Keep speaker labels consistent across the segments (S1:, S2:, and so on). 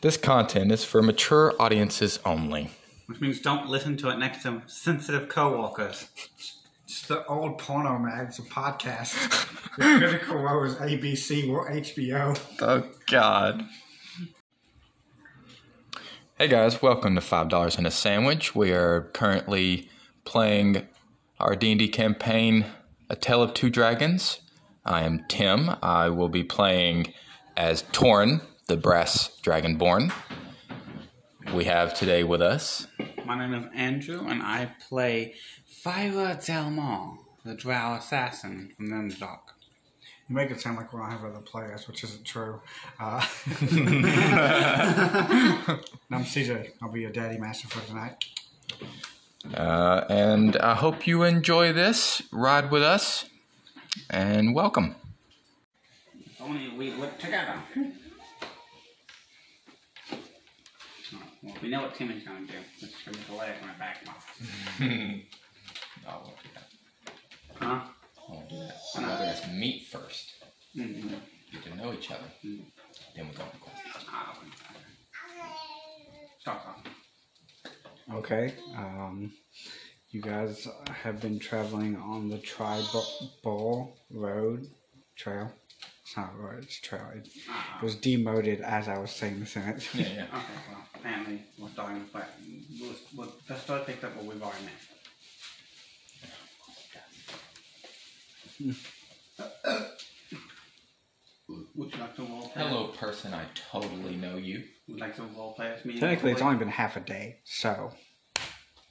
S1: This content is for mature audiences only.
S2: Which means don't listen to it next to sensitive coworkers.
S3: It's the old porno mags of podcasts. the critical role is ABC or HBO.
S1: Oh, God. Hey, guys. Welcome to $5 and a Sandwich. We are currently playing our D&D campaign, A Tale of Two Dragons. I am Tim. I will be playing as Torn, the brass dragonborn. We have today with us
S2: My name is Andrew, and I play Fyra Delmar, the drow assassin from the Underdark.
S3: You make it sound like we don't have other players, which isn't true. Uh, and I'm CJ. I'll be your daddy master for tonight.
S1: Uh, and I hope you enjoy this. Ride with us, and welcome.
S2: Only we work together. Oh, well, we know what Tim is going to do. Let's trim the leg on my back off. Huh?
S1: Let's meet first.
S2: Mm-hmm.
S1: Get to know each other. Then we go on quest.
S2: Ah, Stop, stop.
S3: Okay. Um, you guys have been traveling on the Tribal Road Trail. It's not a road, it's a trail. It, it was demoted as I was saying the sentence.
S1: Yeah, yeah.
S2: Okay, well, apparently we're starting to play. We'll, we'll, let's try to pick up what we've already missed. Would you like to roleplay?
S1: Hello, person. I totally know you.
S2: Would you like to roleplay this meeting?
S3: Technically, it's only been half a day, so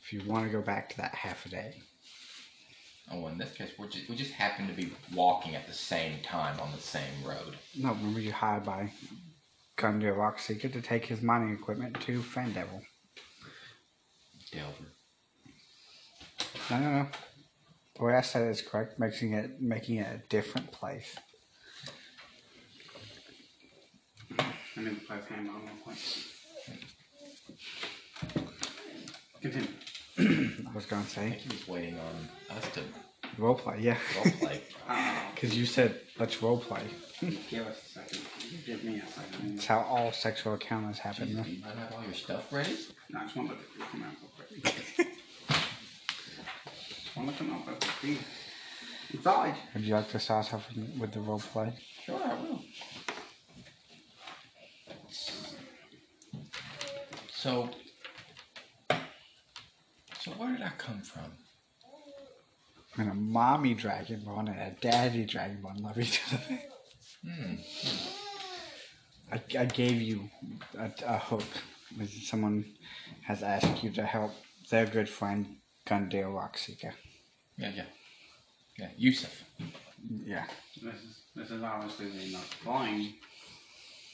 S3: if you want to go back to that half a day,
S1: Oh, in this case, we're just, we just happen to be walking at the same time on the same road.
S3: no, remember you hired by Gundy Rock Seeker to take his mining equipment to Fandevil.
S1: Delver.
S3: No, no, no. The way I said it is correct, making it making it a different place.
S2: Let me play this hand on real quick. Continue.
S3: I was gonna
S1: I
S3: say
S1: think he was waiting on us to
S3: roleplay, yeah,
S1: roleplay.
S2: Uh,
S3: because you said let's roleplay.
S2: give us a second. Give me a second.
S3: That's how all sexual encounters happen.
S1: Jesus,
S3: though.
S1: do you not have all your stuff ready?
S2: No, I just want to look at them up real quick. I want to look them up real quick. Please. I'm sorry.
S3: Would you like to start us off with, with the roleplay?
S1: Sure, I will. So, so where did I come from?
S3: And a mommy dragonborn and a daddy dragonborn love each other. I, I gave you a, a hook. When Someone has asked you to help their good friend Gundale Rockseeker.
S1: Yeah, yeah, yeah. Yusuf.
S3: Yeah.
S2: This is, this is obviously the most boring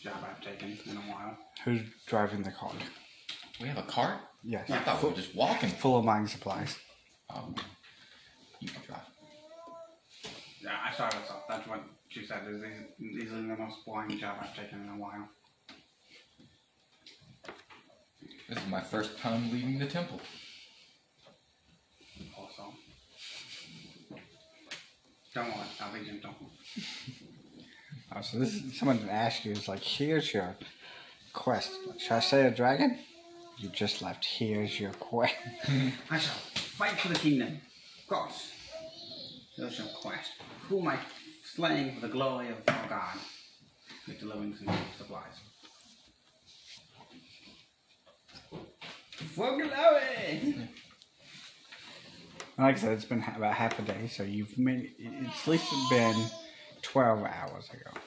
S2: job I've taken in a while.
S3: Who's driving the cart?
S1: We have a cart.
S3: Yes.
S1: I thought we were just walking.
S3: Full of mining supplies.
S1: Oh, you can drive.
S2: Yeah, I saw this up. That's what she said. Is these, these are the most boring job I've taken in a while.
S1: This is my first time leaving the temple.
S2: Also, don't worry. I'll leave you alone.
S3: Oh, so this is, someone didn't ask you. It's like, here's your quest. Should I say a dragon? You just left. Here's your quest.
S2: I shall fight for the kingdom. Gosh, there's your quest. Who am I slaying for the glory of our God? You're delivering some supplies. For glory!
S3: Like I said, it's been ha- about half a day, so you've made it's at least been twelve hours ago.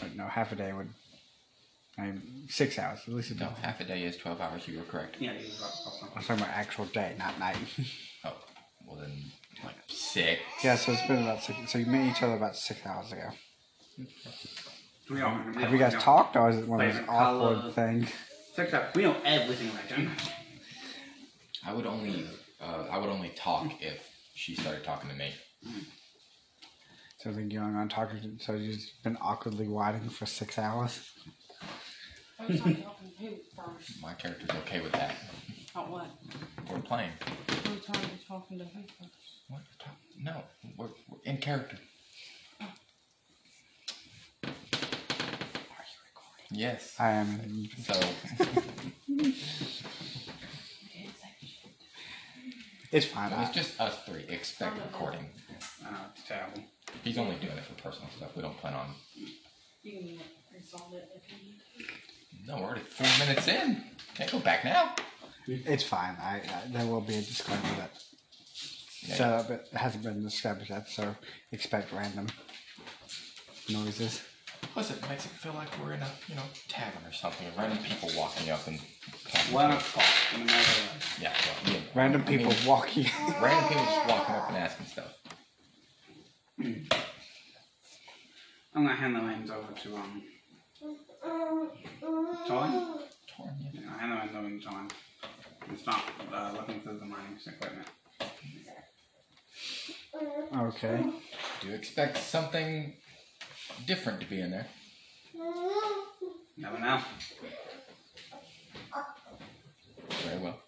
S3: But no, half a day would. I mean, six hours. At least it's
S1: No,
S3: been.
S1: half a day is twelve hours. You were correct.
S2: Yeah, you got awesome.
S3: I'm talking about actual day, not night.
S1: Oh, well then, like six.
S3: yeah, so it's been about six. So you met each other about six hours ago.
S2: We all, we
S3: Have
S2: all
S3: you guys
S2: know.
S3: talked, or is it one of those
S2: Favorite color.
S3: awkward things?
S2: Six up. We know everything about them.
S1: I would only, uh, I would only talk if she started talking to me.
S3: So then you're on talking. So you've just been awkwardly waiting for six hours.
S4: I was talking about him first.
S1: My character's okay with that.
S4: About what?
S1: We're playing.
S4: We were talking, talking to him first.
S1: What? Talk- No, we're, we're in character.
S4: Are you recording?
S1: Yes.
S3: I am.
S1: So
S3: It's fine.
S1: it's
S3: I,
S1: just us three. Expect recording.
S2: I know, Uh, it's terrible.
S1: He's only doing it for personal stuff. We don't plan on.
S4: You can resolve it if you need.
S1: No, we're already four minutes in. Can't go back now.
S3: it's fine. I, I there will be a disclaimer that
S1: Yeah.
S3: setup it hasn't been established yet, so expect random noises.
S1: Plus, it makes it feel like we're in a you know tavern or something. Random people walking up and talking
S2: One
S1: to us.
S2: o'clock in the middle of
S1: Yeah, well, yeah.
S3: Random
S1: I mean,
S3: people walking.
S1: random people just walking up and asking stuff.
S2: I'm gonna hand the reins over to um John.
S1: Torn, yeah.
S2: Yeah, I hand the reins over to John. And start uh, looking through the mining equipment.
S3: Okay.
S1: Do you expect something different to be in there?
S2: Never know.
S1: Very well.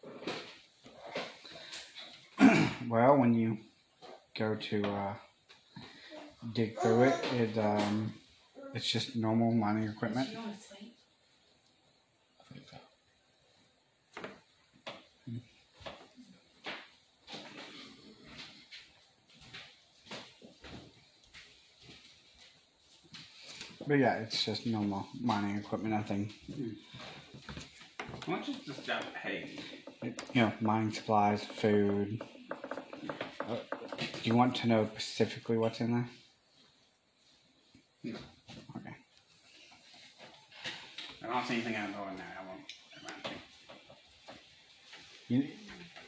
S3: Well, when you go to uh, dig through it, it um, it's just normal mining equipment.
S4: If you want to sleep,
S1: I think so.
S3: But yeah, it's just normal mining equipment. Nothing,
S2: Why don't you just grab hay?
S3: it, you know, mining supplies, food. Uh, do you want to know specifically what's in there?
S2: No.
S3: Okay.
S2: I don't see anything out of the ordinary. I won't. I won't think.
S3: You,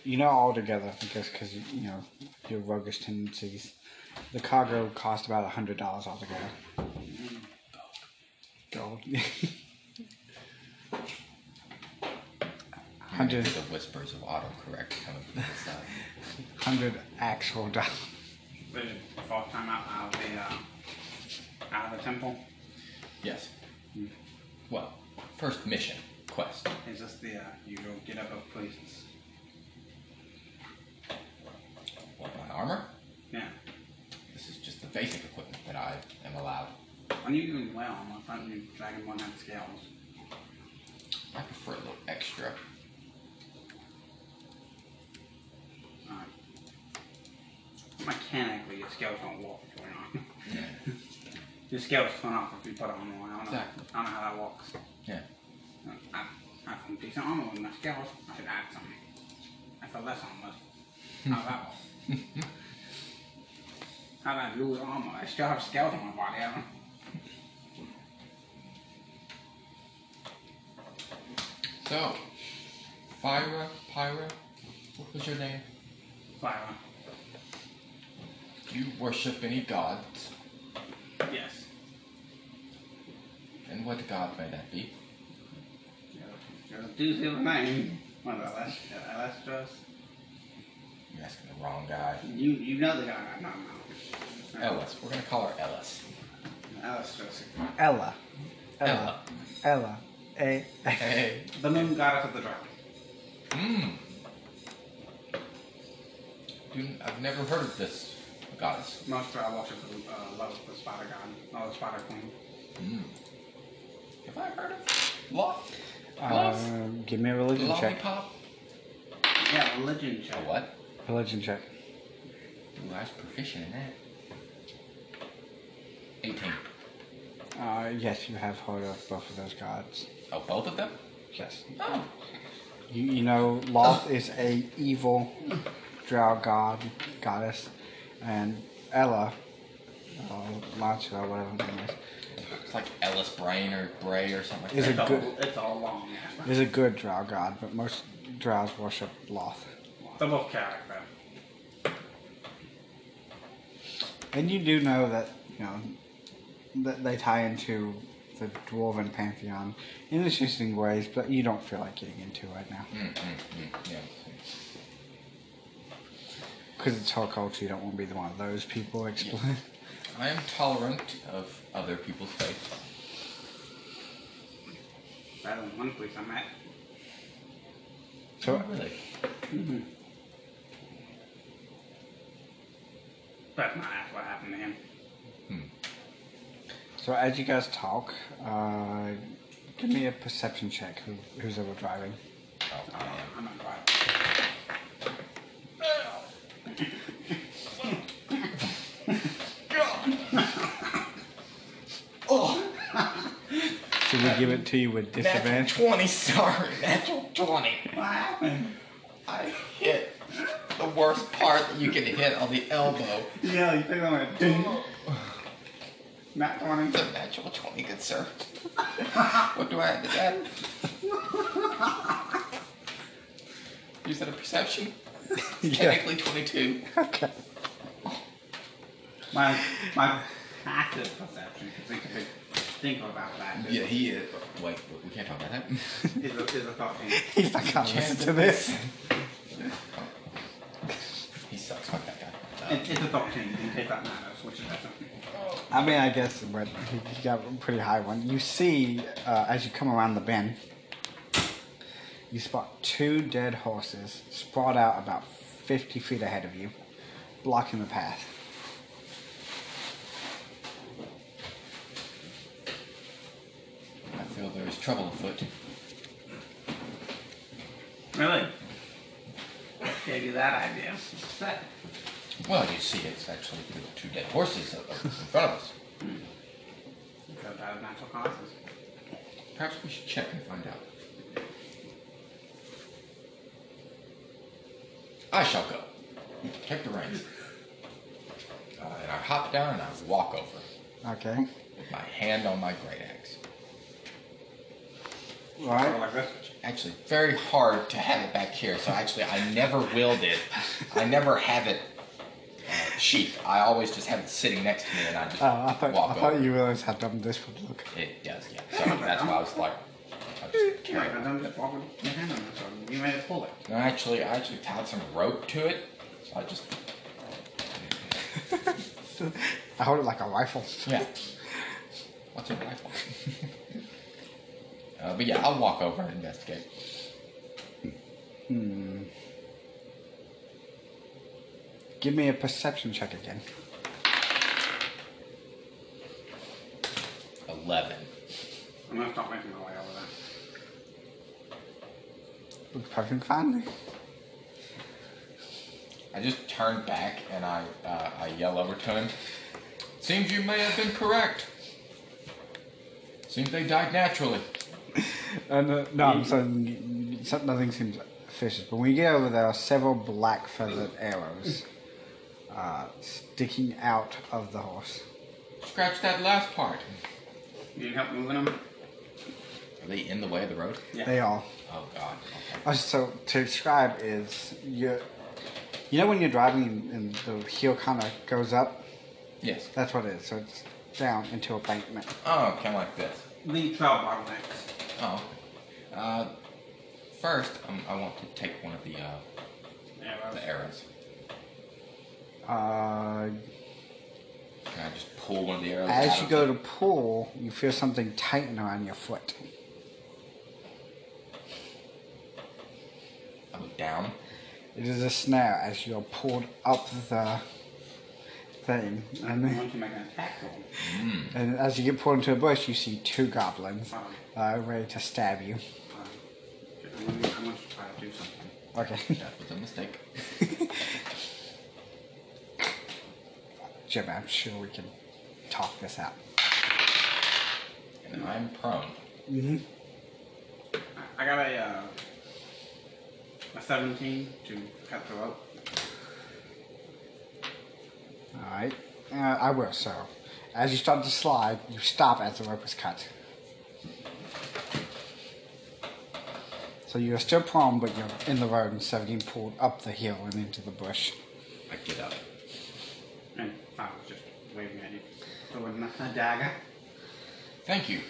S3: you know, altogether, I guess, because you know your roguish tendencies. The cargo cost about a hundred dollars altogether. Gold.
S1: You can
S3: Hundred.
S1: hear The whispers of autocorrect coming from the side.
S3: hundred actual dollars.
S2: This is the fourth time out out of the uh, out of the temple.
S1: Yes. Well, first mission quest.
S2: Is this the uh, usual get up of places?
S1: What my armor?
S2: Yeah.
S1: This is just the basic equipment that I am allowed.
S2: Are you doing well? I thought you dragon one had scales.
S1: I prefer a little extra.
S2: Alright. Mechanically, your scales don't walk if you're not. your scales turn off if you put on one. I don't know,
S1: Exactly.
S2: I don't know how that works.
S1: Yeah.
S2: I, I have some decent armor with my scales. I should add something. I feel less armor. How that works. How did I lose armor? I still have scales on my body. I don't
S1: So, Fyra, Pyra, what was your name?
S2: Fire.
S1: Do you worship any gods?
S2: uh, Yes.
S1: And what god may that be?
S2: You're a doozy of a name. What about Alest- Alestros?
S1: You're asking the wrong guy.
S2: You, you know the guy I'm talking
S3: Oh.
S2: about.
S1: Ellis. We're gonna call her Ellis.
S2: Alestros.
S3: Ella.
S1: Ella.
S3: Ella. A.
S1: Hey.
S2: The moon goddess of the dragon.
S1: Mmm. I've never heard of this goddess.
S2: Most uh, worship the uh, love of the spider god, or the spider queen.
S1: Have I heard of Loth? Loth?
S3: Uh, give me a religion check.
S1: Lollipop?
S2: Yeah, religion check.
S3: Oh,
S1: What?
S3: Religion check.
S1: Ooh, I was proficient in that. 18.
S3: Uh, yes, you have heard of both of those gods.
S1: Oh, both of them?
S3: Yes.
S1: Oh.
S3: You, you know, Loth is a evil drow god, goddess, and Ella, uh, Lancelot, whatever her name
S1: It's like Ellis Brain or Bray or something like
S3: Is
S1: that.
S2: It's all,
S3: good-
S2: it's all long. yeah.
S3: is, is a good drow god, but most drows worship Loth.
S2: The wolf character.
S3: And you do know that, you know, that they tie into the dwarven pantheon in interesting ways, but you don't feel like getting into it now.
S1: Mm, mm, mm, yeah.
S3: Because it's her culture, you don't want to be the one of those people exploit.
S1: I am tolerant of other people's faiths.
S2: Better than one place I'm at.
S3: So,
S1: Really?
S2: That's not that's what happened to him.
S3: so as you guys talk, uh, Give me a perception check. Who, who's ever driving?
S1: Oh,
S2: I'm not driving.
S3: Should we give it to you with disadvantage?
S1: Twenty, sorry, natural twenty.
S2: What happened?
S1: I hit the worst part that you can hit on the elbow.
S2: Yeah, you think I'm gonna not wanting
S1: The natural twenty, good sir. what do I add to that? You said a perception. It's
S3: Yeah.
S1: Technically twenty-two.
S3: Okay.
S2: my my passive perception because we could think about that. Is,
S1: he is. Wait, we can't talk about that.
S2: is, a, is a thought thing.
S3: He's like, I can't listen to this.
S1: he sucks. Fuck that guy.
S2: It, it's a thought thing. In case that matters, which is that's something.
S3: I mean, I guess, but he he got a pretty high one. You see, uh, as you come around the bend, you spot two dead horses sprawled out about 50 feet ahead of you, blocking the path.
S1: I feel there is trouble afoot.
S2: Really? Gave you that idea. That
S1: Well, you see, it's actually the two dead horses up in front of us.
S2: because that was natural causes.
S1: Perhaps we should check and find out. I shall go. Take the reins. Uh, and I hop down and I walk over
S3: Okay?
S1: with my hand on my great axe.
S2: Sort of
S3: Right?
S2: like this.
S1: Actually, very hard to have it back here, so actually, I never willed it. I never have it uh, sheath. I always just have it sitting next to me and I just
S3: Oh, I thought,
S1: walk
S3: I
S1: over.
S3: thought you realized how dumb this would look.
S1: It does, yeah. So that's why I was like, I'll just
S2: Come
S1: carry
S2: on,
S1: it.
S2: I'm just walking your hand on this one. You made it pull it.
S1: No, actually, I actually tied some rope to it. So I just,
S3: I hold it like a rifle.
S1: yeah. What's a rifle? uh, but yeah, I'll walk over and investigate.
S3: Give me a perception check again.
S1: 11.
S2: I'm gonna stop making my way over there.
S3: Looks fucking fine.
S1: I just turn back and I, uh, I yell over to him. Seems you may have been correct. Seems they died naturally.
S3: And uh, no, I'm saying so, nothing seems vicious. But when you get over there, are several black feathered arrows uh, sticking out of the horse.
S1: Scratch that last part.
S2: You need help moving them?
S1: Are they in the way of the road?
S2: Yeah.
S3: They are.
S1: Oh, God. Okay.
S3: Uh, So to describe is you. You know when you're driving and, and the heel kind of goes up.
S1: Yes.
S3: That's what it is. So it's down into embankment.
S1: Oh, kind of like this.
S2: Lead trail bottlenecks.
S1: Oh. Uh, first, um, I want to take one of the uh, the
S2: Arrows.
S1: arrows.
S3: Uh,
S1: Can I just pull one of the arrows?
S3: as
S1: out
S3: you
S1: of
S3: go to
S1: the-
S3: pull, you feel something tighten around your foot.
S1: I look down.
S3: It is a snare as you are pulled up the thing. And
S2: And once you make an attack roll,
S3: And as you get pulled into a bush, you see two goblins
S2: um,
S3: uh, ready to stab you.
S2: um, I want you- I want you to try to do something.
S3: Okay,
S1: That was a mistake.
S3: Jim, I'm sure we can talk this out.
S1: And I'm prone.
S2: I got a uh, a 17 to cut the rope.
S3: All right, uh, I will. So, as you start to slide, you stop as the rope is cut. So you're still prone, but you're in the road instead of getting pulled up the hill and into the bush.
S1: I get up.
S2: And I was just waving at you. So with my my dagger.
S1: Thank you.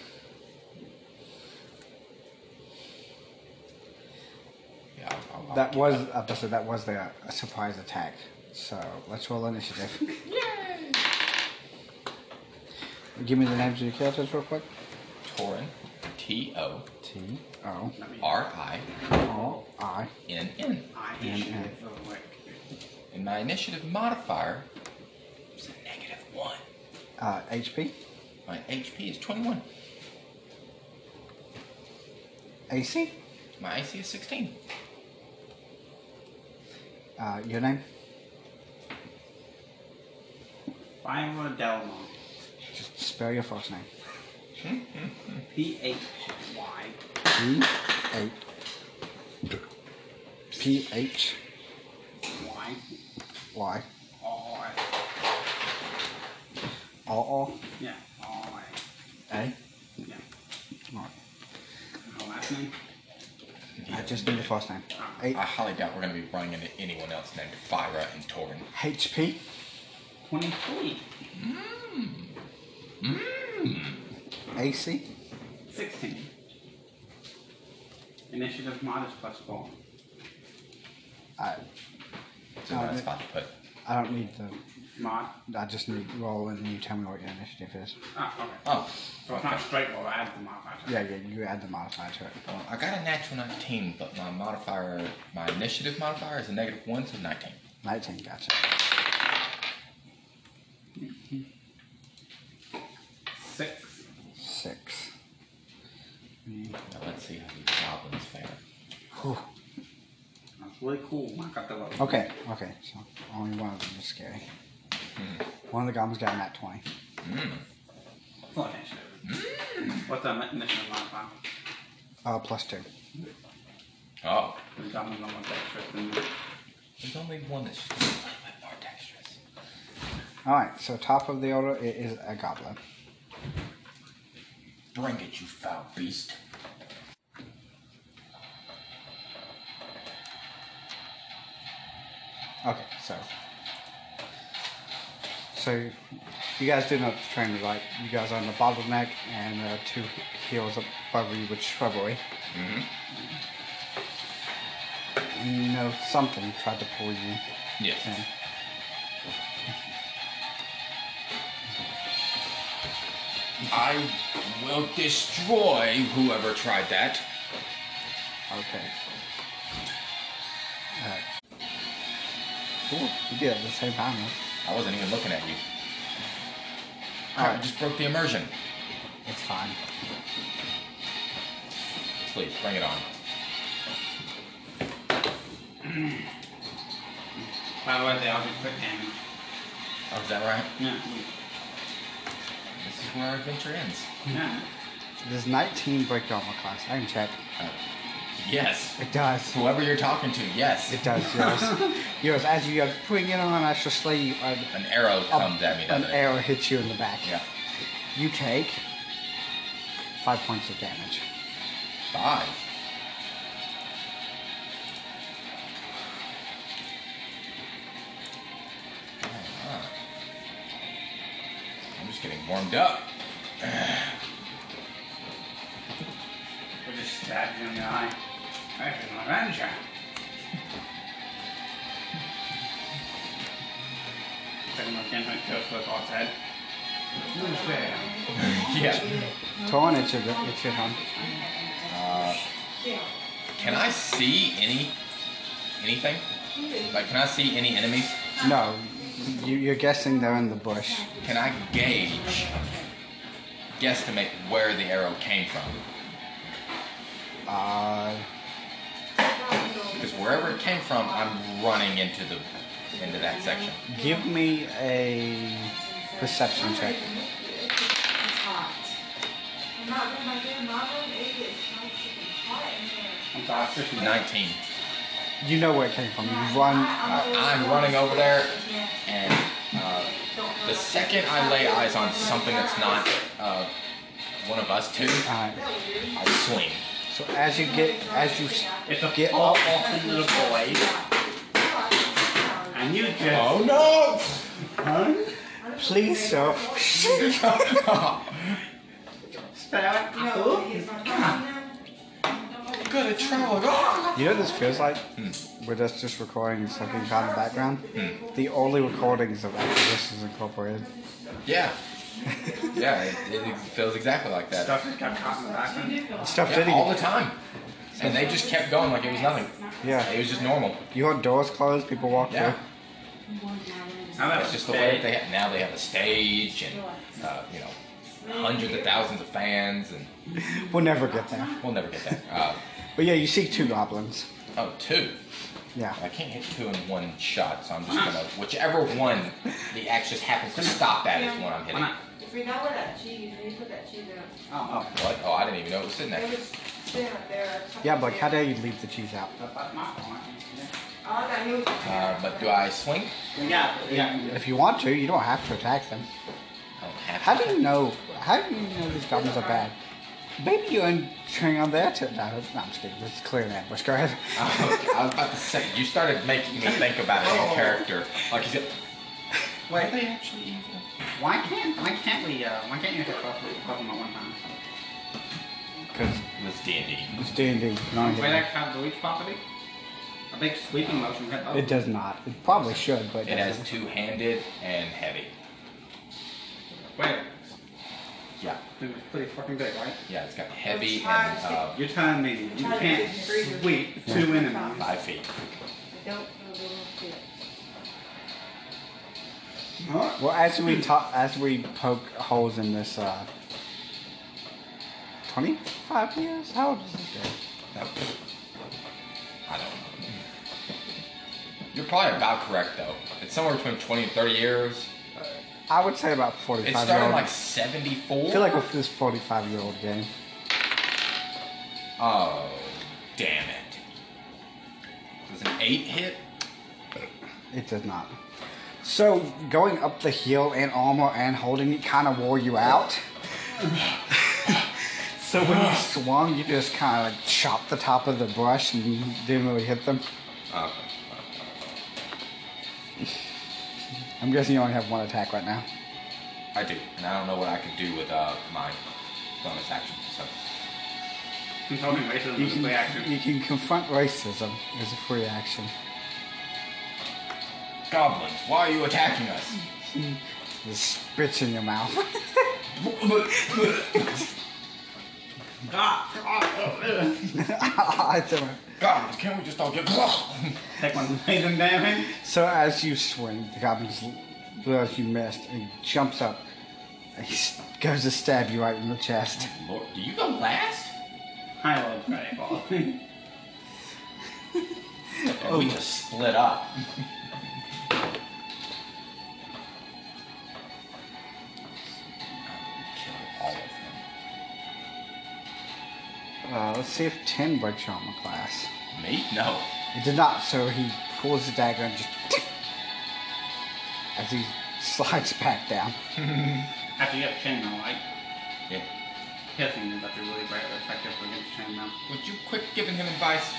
S1: Yeah, I'll, I'll- I'll
S3: That
S1: get
S3: was,
S1: up.
S3: uh, so that was their uh, surprise attack. So let's roll initiative. Give me the names of your characters real quick.
S1: Torin. T O
S3: T O
S2: Let me.
S1: R I
S3: R I.
S1: N N.
S2: I initiative real quick.
S1: And my initiative modifier is a negative one.
S3: Uh, HP.
S1: My HP is 21.
S3: AC?
S1: My AC is 16.
S3: Uh, your name?
S2: Byron Delmont.
S3: Just spell your first name.
S2: P H Y
S3: P H P H
S2: Y
S3: Y
S2: R.
S3: R R
S2: Yeah, R.
S3: A.
S2: Yeah.
S3: Right.
S2: My last name.
S3: I just need the first name. H
S1: I highly doubt we're going to be running into anyone else named Fyra and Torin.
S3: H P.
S2: Twenty-three.
S1: Mmm.
S3: A C.
S2: Sixteen. Initiative mod is plus four.
S3: I
S1: So what I was
S3: Um,
S1: about to put.
S3: I don't need the.
S2: Mod.
S3: I just need roll and you tell me what your initiative is.
S2: Ah, okay.
S1: Oh,
S2: So it's not straight roll. I added the modifier.
S3: Yeah, yeah. You add the modifier to it.
S1: well, I got a natural 19, but my modifier, my initiative modifier is a negative 1, so 19.
S3: Nineteen. Gotcha.
S2: Six.
S3: Six.
S1: Now let's see how these goblins fare.
S3: Whew.
S2: That's really cool. I got the level.
S3: Okay. Okay. So only one of them is scary. One of the goblins got a nat twenty.
S2: Full initiative. What's that initiative modifier?
S3: Uh, plus two.
S1: Oh.
S2: The goblin level is extra than me.
S1: There's only one that's just a little bit more dexterous.
S3: All right. So top of the order it is a goblin.
S1: Bring it, you foul beast.
S3: Okay, so. So, you guys do know the train, right? You guys are on the bottleneck and uh, two hills above you with shrubbery. Mm-hmm. And you know something tried to pull you
S1: Yes.
S3: in.
S1: I will destroy whoever tried that.
S3: Okay. Uh, cool, you did it at the same time, huh?
S1: I wasn't even looking at you. I
S3: Alright,
S1: just broke the immersion.
S3: it's fine.
S1: Please, bring it on.
S2: By the way, they all do quick damage.
S1: Oh, is that right?
S2: Yeah.
S1: This is where our adventure ends.
S2: Yeah.
S3: Does 19 break the armor class? I can check.
S1: Yes.
S3: It does.
S1: Whoever you're talking to, yes.
S3: It does, yours. yours, as you are putting it on, I shall slay you. An,
S1: An arrow comes at me,
S3: an
S1: doesn't it?
S3: arrow hits you in the back.
S1: Yeah.
S3: You take five points of damage.
S1: Five. Alright. I'm just getting warmed up.
S2: Or just stabs you in the eye. I have an adventure. Second one can't make jokes with all head. Who's there?
S1: Yeah.
S3: Torn, it's your, it's your turn.
S1: Uh, Can I see any anything? Like, can I see any enemies?
S3: No, you, you're guessing they're in the bush.
S1: Can I gauge, guesstimate where the arrow came from?
S3: Uh,
S1: Because wherever it came from, I'm running into the into that section.
S3: give me a perception check.
S2: I'm sorry, it's just me.
S1: 19.
S3: You know where it came from. You run.
S1: Uh, I'm running over there, and uh, the second I lay eyes on something that's not uh, one of us two,
S3: Uh,
S1: I swing.
S3: so as you get, as you s-
S2: It's a
S3: get
S2: all
S3: up,
S2: orphan little boy. And you just.
S1: Oh no!
S2: Huh?
S3: please, sir.
S2: Stab. No.
S1: Good at traveling. Oh.
S3: You know what this feels like?
S1: Hmm.
S3: With us just recording something kind of background. The only recordings of Acquisitions Incorporated.
S1: Yeah. Yeah, it, it feels exactly like that.
S2: Stuff just got caught in the background.
S3: Stuff
S1: Yeah,
S3: did he?
S1: all the time. And they just kept going like it was nothing. It
S3: Yeah.
S1: was just normal.
S3: You heard doors closed, people walk
S1: Yeah.
S3: through.
S2: Now
S1: That's
S2: that's
S1: just the way that they have. Now they have a stage and, uh, you know, hundreds of thousands of fans, and
S3: We'll never get there.
S1: we'll never get there. Uh,
S3: But yeah, you see two goblins.
S1: oh, two.
S3: Yeah.
S1: I can't hit two in one shot, so I'm just gonna whichever one the axe just happens to stop at is one I'm
S2: Why
S1: hitting.
S2: not?
S4: If we know where that cheese, we put that cheese out.
S2: Oh, okay.
S1: What? Oh, I didn't even know it was sitting there.
S4: It was sitting up there.
S3: Yeah, but how dare you leave the cheese out?
S2: That's about my fault. I can't do that.
S4: All I knew was.
S1: Uh, but do I swing?
S2: We got it. We got it.
S3: If you want to, you don't have to attack them.
S1: I don't have
S3: How
S1: to.
S3: do you know? How do you know these goblins are bad? Maybe you're entering on their turn. No, no, I'm just kidding. It's clear an ambush. Go ahead.
S1: Oh, I was about to say you started making me think about it
S3: Oh.
S1: in character. Like he's
S2: Wait,
S1: they actually evil?
S2: why can't why can't we uh why can't you hit both both of them at one time?
S3: Because
S1: It's D and D.
S3: it's D&D, not
S2: Wait,
S3: here.
S2: that covers the reach property. A big sweeping motion hit both.
S3: It does not. It probably should, but
S1: It has
S3: doesn't.
S1: two-handed and heavy.
S2: Oh, Wait,
S1: Yeah,
S2: dude, it's pretty fucking big, right?
S1: yeah. It's got heavy and uh,
S2: You're telling me you
S4: Try to
S2: can't
S4: get it in the freezer.
S2: sweep two enemies.
S1: five feet.
S4: I don't know the little shit.
S2: Huh?
S3: Well, as we talk, as we poke holes in this, uh, 25 years? How old is this guy?
S1: Nope. I don't know. You're probably about correct though. It's somewhere between 20 and 30 years.
S3: I would say about
S1: It
S3: 45 year
S1: started in
S3: old.
S1: like 74.
S3: I feel like with this 45 year old game.
S1: oh, damn it. Does an eight hit?
S3: It does not. So going up the hill in armor and holding it kind of wore you out. so when
S1: Ah.
S3: you swung, you just kind of like chopped the top of the brush and you didn't really hit them.
S1: Okay.
S3: I'm guessing you only have one attack right now.
S1: I do, and I don't know what I could do with uh, my bonus action. So
S2: You told me racism
S3: You
S2: was a
S3: can,
S2: play action.
S3: you can confront racism as a free action.
S1: goblins, why are you attacking us?
S3: Just spits in your mouth.
S2: Ah, ah, ugh.
S3: I don't know.
S1: goblins, can't we just all get?
S2: Take one poison damage.
S3: So as you swing, the goblin just realizes you missed and he jumps up. And he s- goes to stab you right in the chest.
S1: Lord, do you go last?
S2: I love Friday Ball.
S1: And we just split up. Kill all of them.
S3: Uh, let's see if 10 breaks your armor class.
S1: Me? No.
S3: It did not, so he pulls the dagger and just. tick, as he slides back down.
S2: After you have chainmail, like
S1: Yeah.
S2: piercing is actually really great effective against chainmail.
S1: Would you quit giving him advice?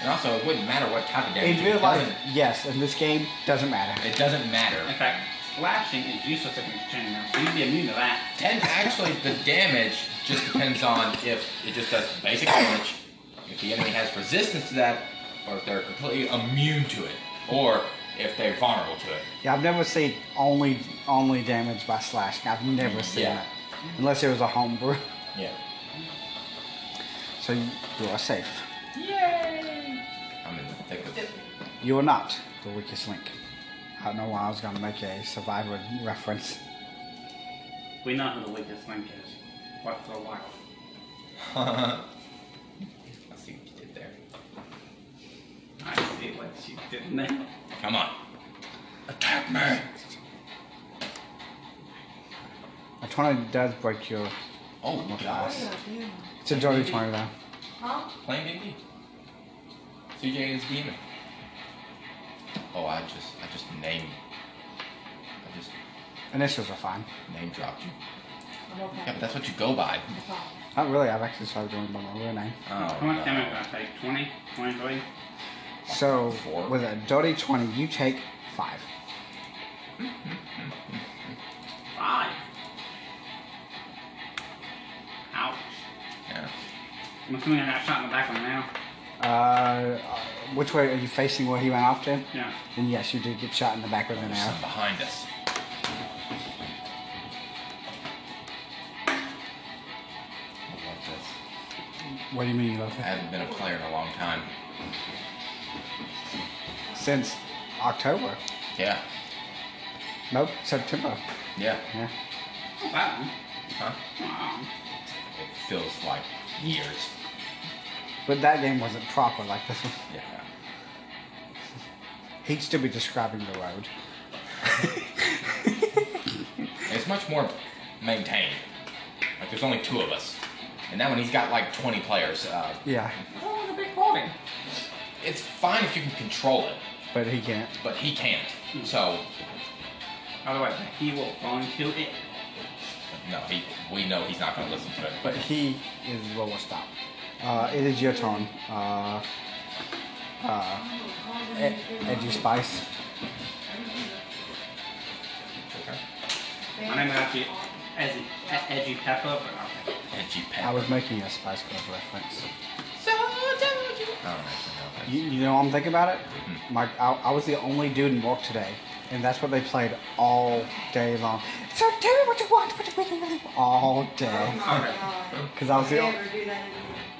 S1: And also, it wouldn't matter what type of damage.
S3: In real
S1: it
S3: life,
S1: doesn't-
S3: yes, in this game, doesn't matter.
S1: it doesn't matter.
S2: In fact, slashing is useless against chainmail, so you'd be immune to that.
S1: And actually, the damage just depends on if it just does basic damage, if the enemy has resistance to that, or if they're completely immune to it, or if they're vulnerable to it.
S3: Yeah, I've never seen only only damage by slashing. I've never seen
S1: Yeah.
S3: that. Unless it was a homebrew.
S1: Yeah.
S3: So you, you are safe.
S1: I'm in the thick of it.
S3: You are not the weakest link. I don't know why I was gonna make a survivor reference.
S2: We know who the weakest link is. What's the wild?
S1: I see what you did there.
S2: I see what you did there.
S1: Come on. Attack me!
S3: A 20 does break your.
S1: Oh my gosh.
S3: It's a dirty 20 though.
S4: Huh?
S1: Playing D&D. CJ is demon. Oh, I just, I just named, I just
S3: Initials are fine.
S1: name dropped you.
S4: I'm
S1: Yeah,
S4: okay.
S1: but that's what you go by.
S4: It's all.
S3: Not really, I've actually started doing by my real name.
S1: Oh,
S2: How much
S1: no.
S2: damage did I take? 20? 23?
S3: So,
S1: Four.
S3: with a dirty 20, you take 5.
S2: 5. Ouch.
S1: Yeah.
S2: I'm assuming I got shot in the back one now.
S3: Uh, which way are you facing where he went after?
S2: Yeah.
S3: And yes, you did get shot in the back with an
S1: There's
S3: arrow.
S1: some behind us. I love this.
S3: What do you mean you love
S1: I
S3: that?
S1: haven't been a player in a long time.
S3: Since October.
S1: Yeah.
S3: Nope, September.
S1: Yeah.
S3: Yeah.
S2: Not bad.
S1: Huh? It feels like years.
S3: But that name wasn't proper like this one.
S1: Yeah.
S3: He'd still be describing the road.
S1: It's much more maintained. Like there's only two of us, and that one he's got like 20 players. Uh,
S3: Yeah,
S1: I don't want a big party. It's fine if you can control it,
S3: but he can't.
S1: but he can't. So
S2: Otherwise, he will fall into it.
S1: no, he we know he's not going to listen to it.
S3: But he is what will stop. Uh, it is your turn. Uh, uh, Ed- Edgy Spice.
S1: Okay.
S2: My name is actually Edgy, Ed- Edgy Pepper, but okay.
S1: Edgy pepper.
S3: I was making a Spice Girls reference.
S1: Oh, I don't actually know.
S3: You, you know what I'm thinking about it? Mike, I, I was the only dude in work today, and that's what they played all day long. So tell me what you want, what you really, really want. All day. Because I was the only,
S4: Never do that anymore.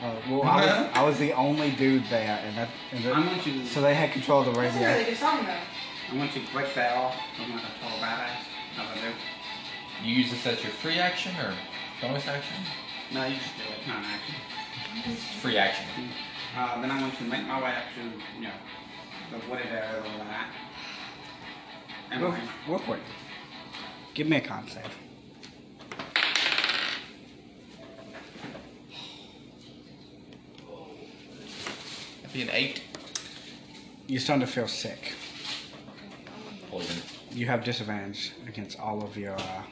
S3: uh, well, I was, I was the only dude there, and that, and
S2: I
S3: that
S2: want you.
S3: so they had control of the
S4: That's a really
S3: radio.
S4: good song though.
S2: I want you to break that off. I'm like a total badass. As I do.
S1: You use this as your free action or bonus action?
S2: No, you just do it. Not an action.
S1: Free action.
S2: Uh, then I want you to make my way up to, you know, the wooded area over that. And
S3: Real,
S2: mine.
S3: real quick, give me a con save.
S1: That'd be an eight.
S3: You're starting to feel sick.
S1: Poison
S3: You have disadvantage against all of your. Uh,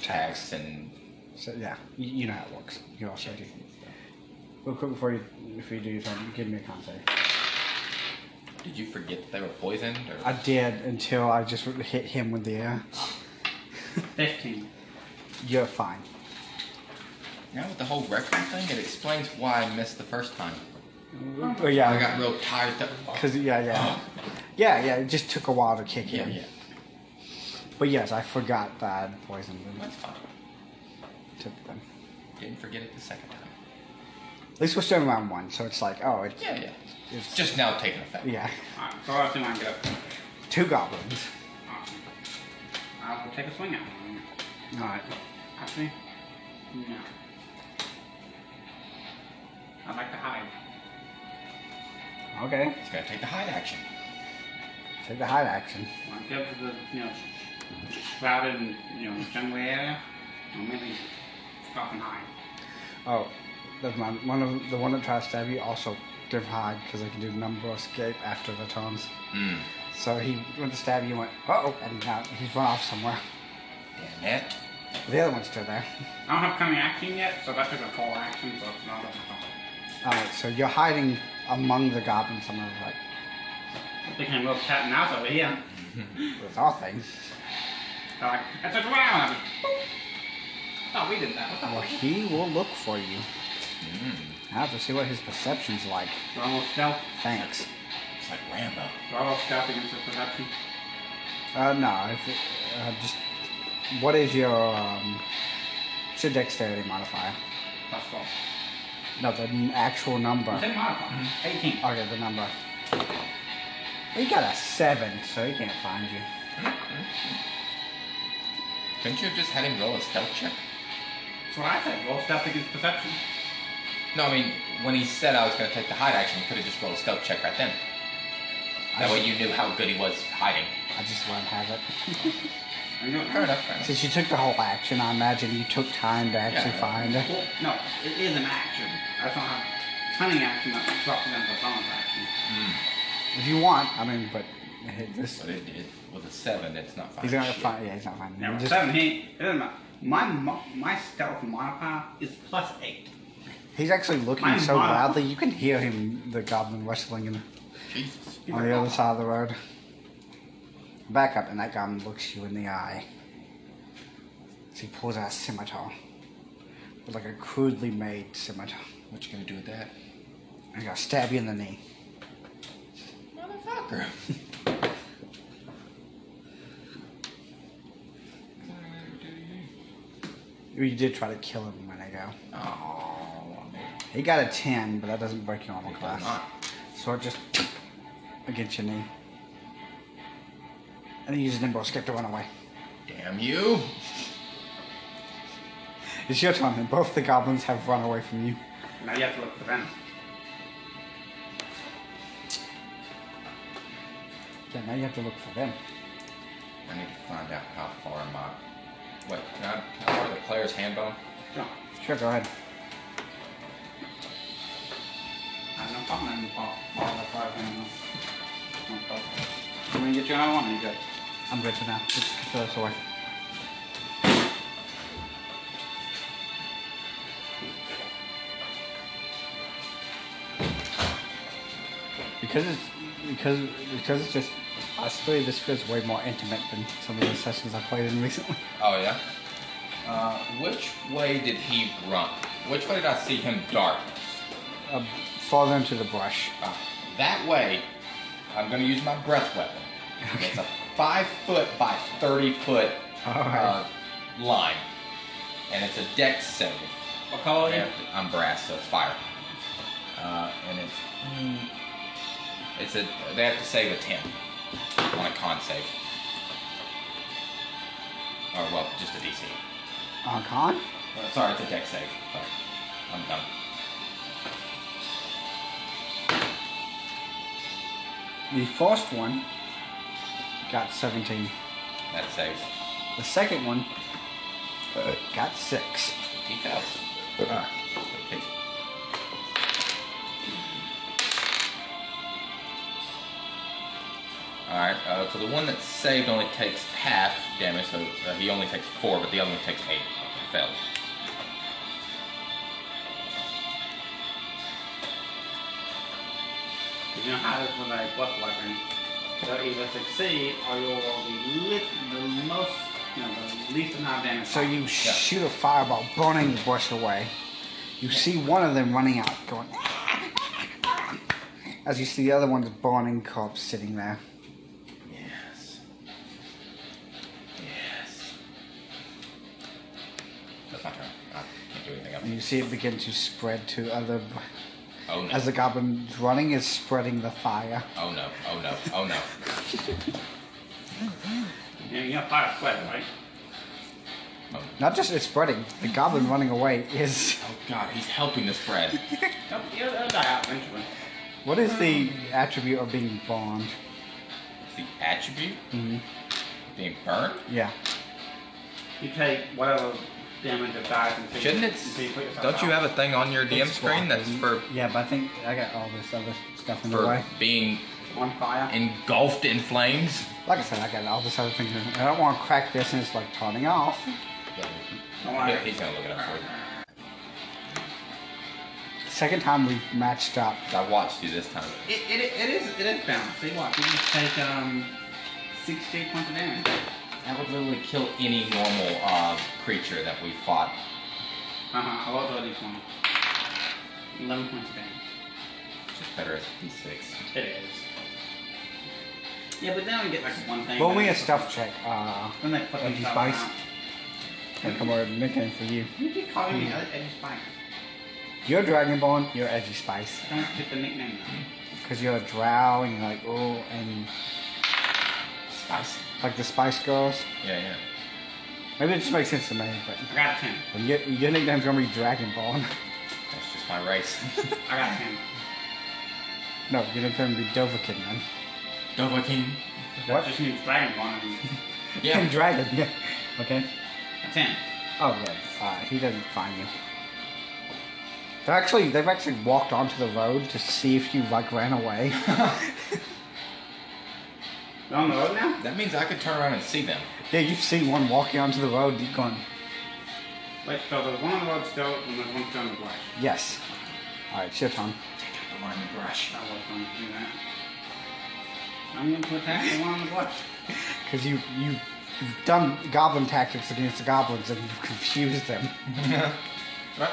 S1: attacks and
S3: so yeah, you, you know how it works. You also do. Real quick before you, before you do your turn, give me a con save.
S1: Did you forget that they were poisoned? Or
S3: I did until I just hit him with the air.
S2: 15.
S3: You're fine.
S1: now with the whole record thing, it explains why I missed the first time.
S3: Oh
S1: I
S3: yeah,
S1: got real tired. That,
S3: because yeah, yeah, yeah, yeah. It just took a while to kick
S1: yeah,
S3: in.
S1: yeah.
S3: But yes, I forgot that I had poisoned and
S1: That's fine.
S3: took them.
S1: Didn't forget it the second time.
S3: At least we're still in round one, so it's like oh, it's,
S1: Yeah, yeah. It's
S3: it's
S1: just now taking effect.
S3: yeah,
S2: Alright, so I'll do my go.
S3: two goblins.
S2: Awesome. I will take a swing at one.
S3: All right,
S2: Actually, no. I'd like to hide.
S3: okay,
S1: He's gonna take the hide action.
S3: take the hide action.
S2: When I go to the, you know, crowded and, you know, jungle area, I'll maybe stop and hide.
S3: Oh, that's my one of the one that tries to stab you also give hide because they can do number escape after the turns.
S1: Mm.
S3: So he went to stab you and went uh oh, and now he's run off somewhere.
S1: Damn it.
S3: The other one's still there.
S2: I don't have coming action yet, so that took a full action, so it's not a
S3: Alright, so you're hiding among the goblins. I'm gonna like,
S2: They can little cat and mouse over here.
S3: with our things.
S2: They're like, that's a round! Oh, we did that. What the
S3: Well,
S2: fuck?
S3: he will look for you. I have to see what his perception's like.
S2: Do I roll stealth?
S3: Thanks.
S1: It's like Rambo.
S2: Do I roll stealth against this perception?
S3: Uh, no, if it, uh, just what is your um, what's your dexterity modifier?
S2: Plus four.
S3: No, the n- actual number.
S2: Ten modifier. 18.
S3: Okay, the number. He got a seven, so he can't find you.
S1: Couldn't you have just had him roll a stealth check?
S2: That's what I said. Roll stealth against perception.
S1: No, I mean when he said I was gonna take the hide action, he could have just rolled a stealth check right then. That way you knew how good he was hiding.
S3: I just let him have it.
S2: And you
S1: Fair enough. Fair enough.
S3: Since you took the whole action, I imagine you took time to actually
S1: Yeah.
S3: find it.
S2: Well, no, it is an action. I just don't have cunning action that's represents a bonus action.
S3: If you want, I mean, but hey, this
S1: But it, it, with a seven, it's not fine.
S3: he's not
S1: Shit.
S3: finding. Yeah, he's not finding.
S2: Now,
S3: you.
S2: with
S3: Just-
S2: seven hit, it doesn't matter. My, mo- my stealth modifier is plus eight.
S3: he's actually looking
S2: I'm
S3: so
S2: not-
S3: loudly you can hear him, the goblin whistling in
S1: Jesus.
S2: Oh,
S3: the, on the other side of the road. Back up, and that goblin looks you in the eye. So he pulls out a scimitar, with like a crudely made scimitar.
S1: What you gonna do with that,
S3: I'm gonna stab you in the knee.
S1: motherfucker?
S3: You did try to kill him when I go.
S1: Oh,
S3: He got a 10, but that doesn't break your armor
S1: It does
S3: class.
S1: not.
S3: So it just against your knee. And he uses nimble escape to run away.
S1: damn you!
S3: It's your turn, and both the goblins have run away from you.
S2: Now you have to look for them.
S3: Yeah, now you have to look for them.
S1: I need to find out how far am I. Wait, can I, can I borrow the player's handbone?
S2: John,
S3: Sure, go ahead.
S2: I have no problem having you fall, fall that far behind them. No problem. You want to get your own one, or you good?
S3: I'm good for now. Just throw this away. Because it's because because it's just us three. This feels way more intimate than some of the sessions I played in recently.
S1: Oh, yeah? Uh, which way did he run? Which way did I see him dart?
S3: Uh, fall into the brush.
S1: Uh, that way, I'm going to use my breath weapon. It's a five foot by 30 foot uh,
S3: Alright.
S1: line. And it's a dex save.
S2: What color
S1: Yeah, I'm brass, so it's fire. Uh, and it's. mm, It's a. They have to save a 10 on a con save. Or, well, just a DC.
S3: On con?
S1: Uh, Sorry, it's a deck save. Sorry. I'm done.
S3: The first one got 17.
S1: That saves.
S3: The second one uh, got six.
S1: He fails. Ah,
S3: Uh,
S1: Okay. Alright, uh, so the one that's saved only takes half damage, so uh, he only takes four, but the other one takes eight. He failed.
S2: Because you know how it is with a butt weapon. They'll either succeed or you will be lit the most, you know, the least amount of damage.
S3: So you shoot a fireball, burning the bush away. You see one of them running out, going. As you see the other one's burning corpse sitting there.
S1: Yes. Yes. That's my turn. I can't do anything else.
S3: And you see it begin to spread to other.
S1: Oh no.
S3: As the goblin's running, is spreading the fire.
S1: Oh no. Oh no. Oh no.
S2: You know, you know, fire sweat, right?
S1: Oh,
S3: Not just it's spreading, the goblin running away is.
S1: oh god, he's helping this bread.
S2: Nope, It'll, it'll die out eventually.
S3: What is the attribute of being burned?
S1: the attribute
S3: Mm-hmm.
S1: being burned.
S3: Yeah.
S2: You take whatever damage it dies and see-
S1: Shouldn't it?
S2: until you put yourself
S1: Don't you
S2: out.
S1: have a thing on your DM
S3: It's
S1: screen
S3: blocked,
S1: that's
S3: isn't it?
S1: for
S3: Yeah, but I think I got all this other stuff in the
S1: for
S3: way.
S1: being
S2: on fire?
S1: engulfed in flames?
S3: Like I said, I got all this other thing. I don't want to crack this and it's like turning off.
S2: Don't worry.
S1: He- he's gonna look it up for you.
S3: Second time we've matched up.
S1: I watched you this time.
S2: It, it, it is it is balanced. See what? You just take um six eight points of damage.
S1: That would literally kill any normal uh, creature that we fought.
S2: Uh huh. I rolled a d20. Eleven points of damage.
S1: Just better as a d6.
S2: It is. Yeah, but then we get like one thing.
S3: Roll
S2: then
S3: me a
S2: they-
S3: stuff check. Uh,
S2: Then they put
S3: Edgy
S2: themselves
S3: Spice.
S2: out.
S3: and come over and make it for you.
S2: You keep calling me Ed- Edgy Spice.
S3: You're Dragonborn, you're Edgy Spice.
S2: Don't get the nickname though.
S3: Because you're a drow and you're like, oh, and
S1: Spicy.
S3: like the Spice Girls.
S1: Yeah, yeah.
S3: Maybe it just makes sense to me, but
S2: I got a ten.
S3: and your, your nickname's gonna be Dragonborn.
S1: That's just my race.
S2: I got a ten.
S3: no, your nickname's gonna be Dovahkiin then.
S1: Double king.
S2: That just means Dragonborn. and-
S3: And
S1: Yeah.
S3: Dragon, yeah. Okay?
S2: A ten.
S3: Oh, yeah, uh, he doesn't find you. They're actually, they've actually walked onto the road to see if you like ran away.
S2: We're on the road now.
S1: That means I could turn around and see them.
S3: yeah, you've seen one walking onto the road, you're going,
S2: Wait, so there's one on the road still, and there's one still in the brush.
S3: Yes. All right, it's your turn.
S1: Take out the one in the brush.
S2: I was going to do that. I'm going to attack the one on the brush.
S3: Because you, you, you've done goblin tactics against the goblins and you've confused them.
S1: Right.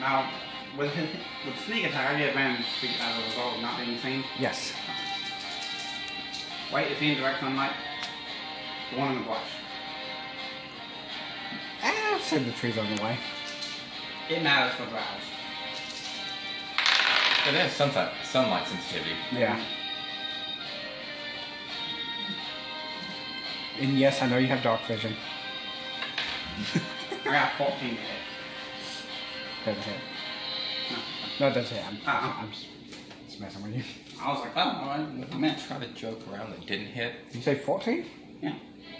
S2: Now, with, with sneak attack, I get advantage be- as a result of not being seen.
S3: Yes.
S2: Wait, is he in direct sunlight? The one in the brush.
S3: Ah, send the trees on the way.
S2: It matters for brows.
S1: It has sunlight, sunlight sensitivity.
S3: Yeah. And yes, I know you have dark vision.
S2: I got 14 to hit.
S3: Doesn't hit. No, it does hit. I'm,
S1: Uh-uh.
S2: Ah.
S3: I'm just, just messing with you.
S2: I was like, oh, all right, I meant to try
S1: Try to joke around that didn't hit.
S3: You say 14?
S2: Yeah.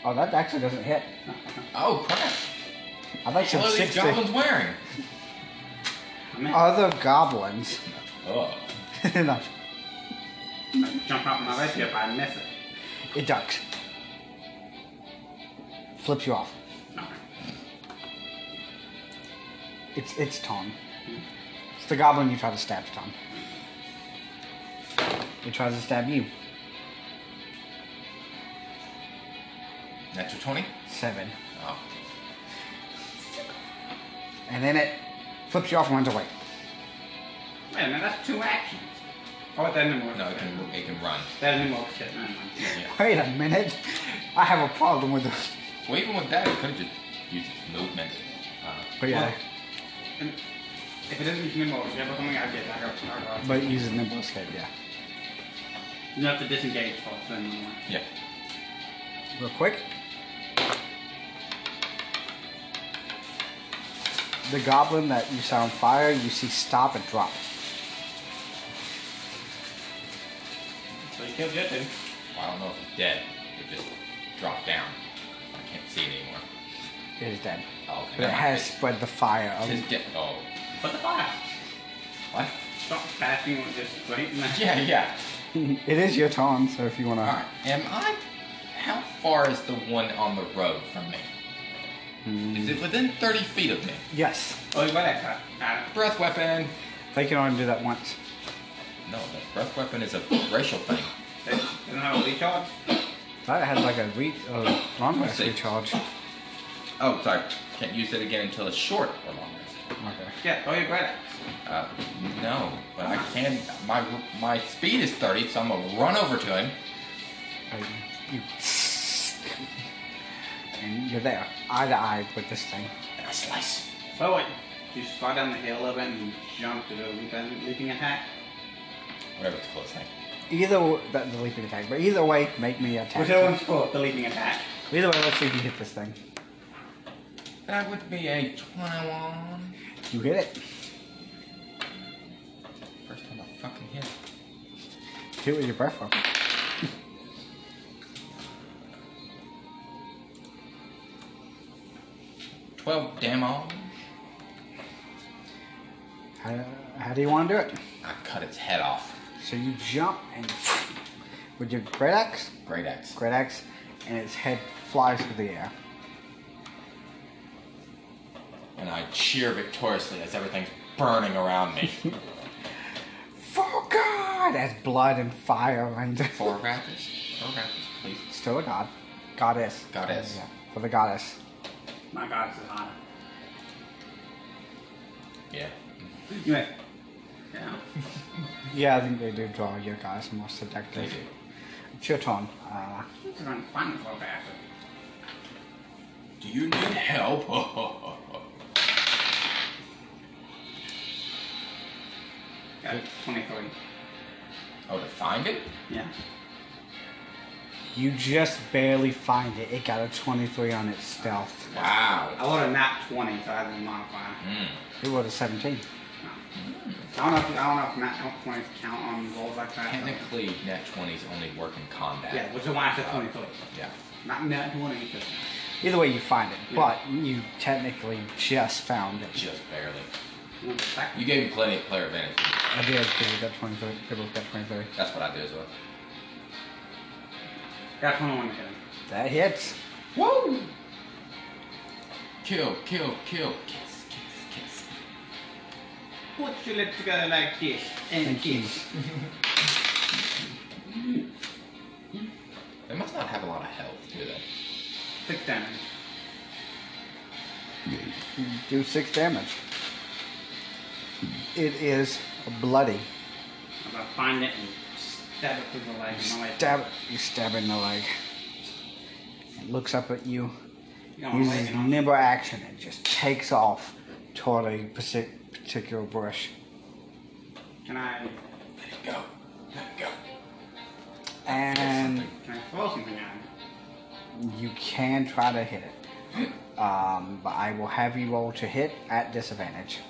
S3: Oh, that actually doesn't hit.
S1: Oh crap!
S3: I'd like some
S1: What are these
S3: 60.
S1: goblins wearing?
S2: I meant
S3: Other goblins.
S1: Oh,
S3: no,
S2: to jump out of my rescue if I miss it.
S3: it ducks. Flips you off.
S2: Alright.
S3: It's it's Tom. It's the goblin you try to stab, Tom. It tries to stab you.
S1: natural twenty.
S3: Seven.
S1: Oh,
S3: And then it flips you off and runs away.
S2: Wait a minute, that's two actions. Oh, that didn't work.
S1: no, it can it can run.
S2: That didn't work. Shit, never mind.
S3: Wait a minute. I have a problem with this.
S1: Well, even with that, it could have just used its movement. Uh,
S3: But yeah,
S2: And if it doesn't come in mode, if everything I get, I go, I go.
S3: but it uses nimble escape, yeah.
S2: You have to disengage for a thing anymore.
S1: yeah.
S3: Real quick. The goblin that you saw on fire, you see stop and drop.
S2: So you killed your dude.
S1: Well, I don't know if it's dead. It just dropped down. I can't see it anymore.
S3: It is dead.
S1: Oh, okay.
S3: But it has um, spread the fire of
S1: It's dead. Oh,
S2: Put the fire.
S1: what?
S2: Stop passing with this great magic.
S1: Yeah, yeah.
S3: It is your turn, so if you want
S1: All
S3: to.
S1: right. Am I? How far is the one on the road from me?
S3: Hmm.
S1: Is it within 30 feet of me?
S3: Yes.
S2: Oh, what extra? Got Uh, it.
S1: Breath weapon.
S3: They can only do that once.
S1: No, the breath weapon is a racial thing.
S2: They don't have a recharge.
S3: That had like a re- a long rest
S1: see.
S3: recharge.
S1: Oh, sorry. Can't use it again until it's short or longer.
S3: Okay.
S2: Yeah, oh, you're great.
S1: Uh, no, but I can. My my speed is 30, so I'm gonna run over to him.
S3: Uh, you. And you're there, eye to eye with this thing.
S1: And I slice.
S2: Well, Oh, wait. You just fly down the hill a little bit and jump to do a leaping attack.
S1: Whatever it's close thing.
S3: Either w- that's a leaping attack, but either way, make me attack.
S2: Whichever one's called the leaping attack.
S3: Either way, let's see if you hit this thing.
S1: That would be a 21.
S3: You hit it.
S1: First time I fucking hit.
S3: Hit with your breath weapon.
S1: Twelve demo.
S3: How, how do you want to do it?
S1: I cut its head off.
S3: So you jump and with your great axe,
S1: Great axe.
S3: great axe, and its head flies through the air.
S1: And I cheer victoriously as everything's burning around me.
S3: For God! As blood and fire and
S1: Four raptors. Four raptors, please.
S3: still a god, goddess,
S1: Goddess.
S3: yeah, for the goddess.
S2: My god, this is hot.
S1: Yeah.
S2: Anyway. Yeah.
S3: Yeah, I think they do draw your guys more
S1: They
S3: seductive.
S1: do.
S3: It's your turn. Uh,
S2: This is unfun for a bastard.
S1: Do you need help?
S2: Got it. 23.
S1: oh, to find it?
S2: Yeah.
S3: you just barely find it. It got a 23 on its stealth.
S1: Wow. Hmm.
S2: I would have not 20, so I had to modify.
S3: It was a 17.
S2: I don't know if, I don't know if not help points count on rolls like that. though.
S1: Technically, net 20s only work in combat.
S2: Yeah, which is why I said 23.
S1: Yeah.
S2: Not not 20 because
S3: Either way, you find it, but you technically just found it.
S1: Just barely.
S2: you know, the fact-
S1: You gave him plenty of player advantage.
S3: I did because it got 23. They both got 23.
S1: That's what I do as well.
S2: Got 21 to hit him.
S3: That hits.
S1: Woo! Kill, kill, kill. Kiss, kiss, kiss.
S2: Put your lips together like this and
S3: Thank you.
S2: kiss.
S1: They must not have a lot of health, do they?
S2: Six damage.
S3: You do six damage. It is bloody.
S2: I'm gonna find it and stab it through the leg. and my leg-
S3: Stab You stab it in the leg. It looks up at you.
S2: You know, my leg
S3: Uses
S2: and
S3: nimble action and just takes off toward a partic- particular bush.
S2: all. Can I,
S1: Let it go. Let it go.
S3: And
S2: can I throw something at him?
S3: you can try to hit it. Um, but I will have you roll to hit at disadvantage.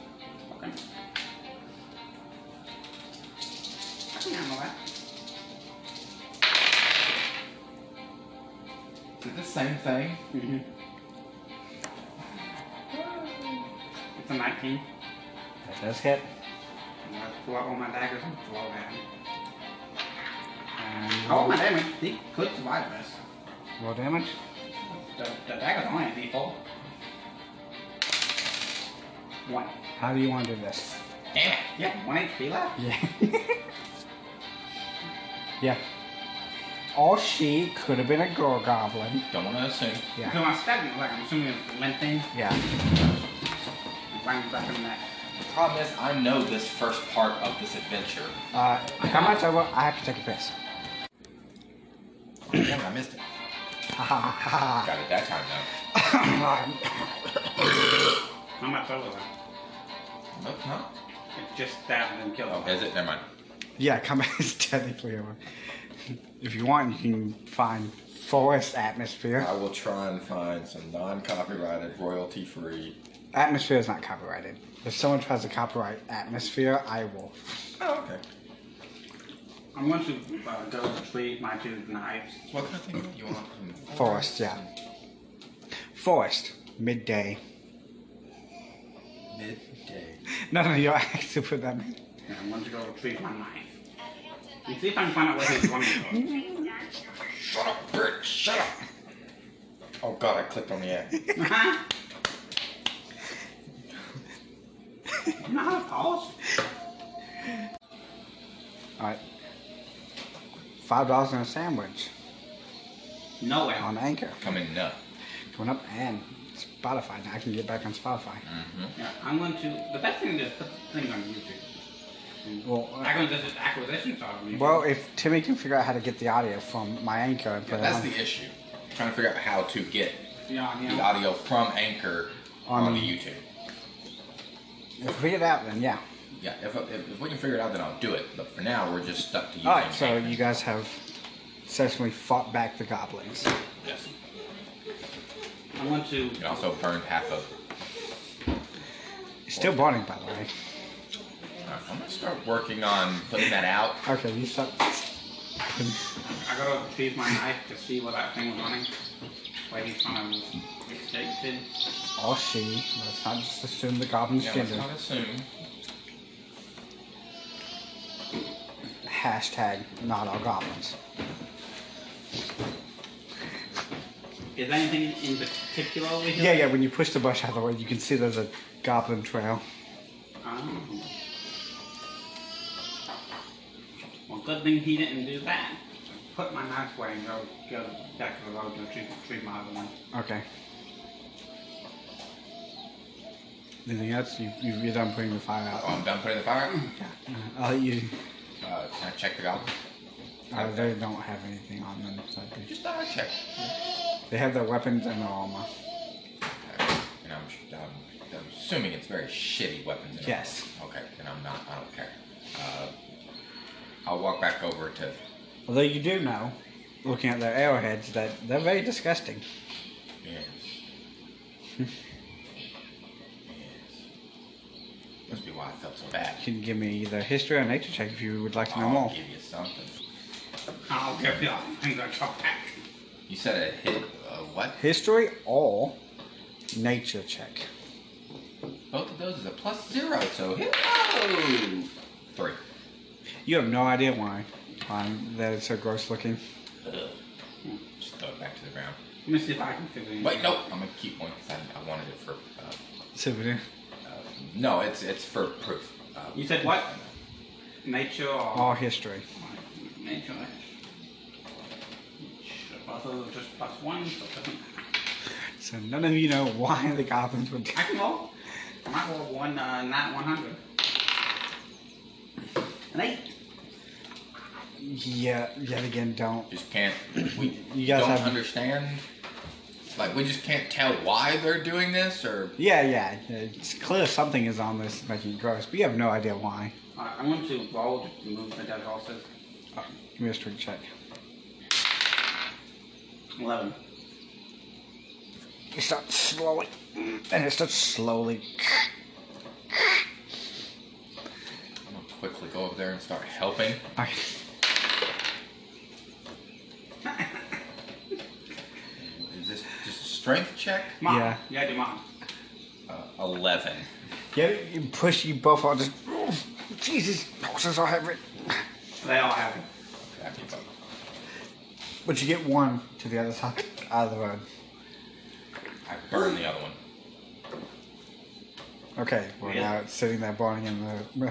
S2: Oh, I can handle that.
S1: Is it the same thing?
S2: Mm-hmm. It's a 19.
S3: That does hit.
S2: I'm gonna pull out all my daggers and throw at him.
S3: And
S2: Oh, my damage. He could survive this.
S3: roll damage.
S2: The, the dagger's only a d4. One.
S3: How do you want to do this?
S2: Damn it. Yeah, one HP left.
S3: Yeah. yeah. Or she could have been a girl goblin.
S1: Don't want to assume.
S2: So
S3: Yeah.
S2: my stabbing is like, I'm assuming it's limping.
S3: Yeah.
S2: Bang back in that.
S1: The problem is, I know this first part of this adventure.
S3: Uh, how much I will? I have to take a piss.
S1: Oh, Damn, I missed it.
S3: Ha ha ha
S1: Got it that time though.
S3: ha.
S2: I'm not totally right.
S1: Nope, not.
S2: It just stabbed and killed
S1: Oh,
S2: him.
S1: is it? Never mind.
S3: Yeah, combat is technically over. If you want, you can find forest atmosphere.
S1: I will try and find some non-copyrighted, royalty-free.
S3: Atmosphere is not copyrighted. If someone tries to copyright atmosphere, I will.
S1: Oh, okay.
S2: I'm going to uh, go retrieve my two knives.
S1: So what kind of thing do you want?
S3: Forest, yeah. Forest, midday.
S1: Midday.
S3: No, no, you're actually put that.
S2: And I'm going to go retrieve my knife. And see if I can find out where his one goes.
S1: Shut up, Bert. Shut up. Oh God, I clicked on the app.
S2: Huh? you know how to pause?
S3: Alright. Five dollars on a sandwich
S2: No way.
S3: on Anchor.
S1: Coming up.
S3: Coming up and Spotify. Now I can get back on Spotify.
S2: Yeah, I'm going to. The best thing to do is put the thing on YouTube.
S3: Well, uh,
S2: Acquisition, acquisition side on YouTube.
S3: Well, if Timmy can figure out how to get the audio from my anchor and put
S1: That's
S3: it on,
S1: the issue. trying to figure out how to get
S2: yeah,
S1: the
S2: yeah.
S1: audio from Anchor
S3: On-
S1: on the YouTube.
S3: if we get it out, then yeah.
S1: Yeah, if, if, if we can figure it out, then I'll do it. But for now, we're just stuck to using.
S3: All right, so
S1: Anchor.
S3: you guys have successfully fought back the goblins.
S1: Yes.
S2: I'm going to.
S1: You can also burn half of.
S3: It's still burning, by the way.
S1: Alright, I'm gonna start working on putting that out.
S3: Okay, you stop.
S2: I gotta retrieve my knife to see where that thing was running. Where he's trying to escape to.
S3: Or she. Let's not just assume the goblin's
S1: Yeah, let's
S3: gender.
S1: not assume.
S3: Hashtag not all goblins.
S2: Is there anything in particular we
S3: Yeah, yeah. When you push the bush out of the way, you can see there's a goblin trail.
S2: Um, well, good thing he didn't do that. Put my knife away and go, go back to the road to retrieve, retrieve my other one.
S3: Okay. Anything else? You, you- you're done putting the fire
S1: Oh,
S3: out.
S1: I'm done putting the fire out.
S3: I'll let you.
S1: Uh, can I check the goblin?
S3: Uh, they don't have anything on them. so they-
S1: Just thought I'd check.
S3: They have their weapons and their armor.
S1: Uh, And I'm, um, I'm assuming it's very shitty weapons. and
S3: Yes.
S1: all. Okay, then I'm not, I don't care. Uh, I'll walk back over to.
S3: Although you do know, looking at their arrowheads, that they're very disgusting.
S1: Yes. yes. Must be why I felt so bad.
S3: You can give me either history or nature check if you would like to know
S1: I'll
S3: more.
S1: give you something.
S2: I'll give you things I chop back.
S1: You said a hit, uh, what?
S3: History or nature check.
S1: Both of those is a plus zero, so hit. Oh! Three.
S3: You have no idea why um, they're so gross looking.
S1: Ugh. Just throw it back to the ground.
S2: Let me see if I can figure it out.
S1: Wait, nope. I'm gonna keep one because I, I wanted it for. Uh,
S3: Souvenir.
S1: no, it's it's for proof. Uh,
S2: You said what? Nature or.
S3: Or history.
S2: Nature. Nature. Both of them just plus one, so it doesn't matter.
S3: So none of you know why the goblins would.
S2: I can roll. I might roll one, uh, not 100. An eight.
S3: Yeah, yet again, don't.
S1: just can't. We
S3: You guys
S1: don't
S3: have-
S1: understand. Like we just can't tell why they're doing this, or
S3: Yeah, yeah. It's clear something is on this making it gross, but you have no idea why.
S2: Alright, I'm going to roll to move the dead horses.
S3: Give me a strength check.
S2: 11.
S3: You start slowly, and it starts slowly
S1: quickly go over there and start helping.
S3: I,
S1: Is this just a strength check?
S2: Mom.
S3: Yeah.
S2: Yeah, do mom.
S1: Uh, 11.
S3: yeah, you push you both on. Just oh, Jesus, horses all have it.
S2: They all have it.
S1: After you both.
S3: But you get one to the other side out of the road.
S1: I burn the other one.
S3: Okay, well
S2: Yeah.
S3: now it's sitting there burning in the.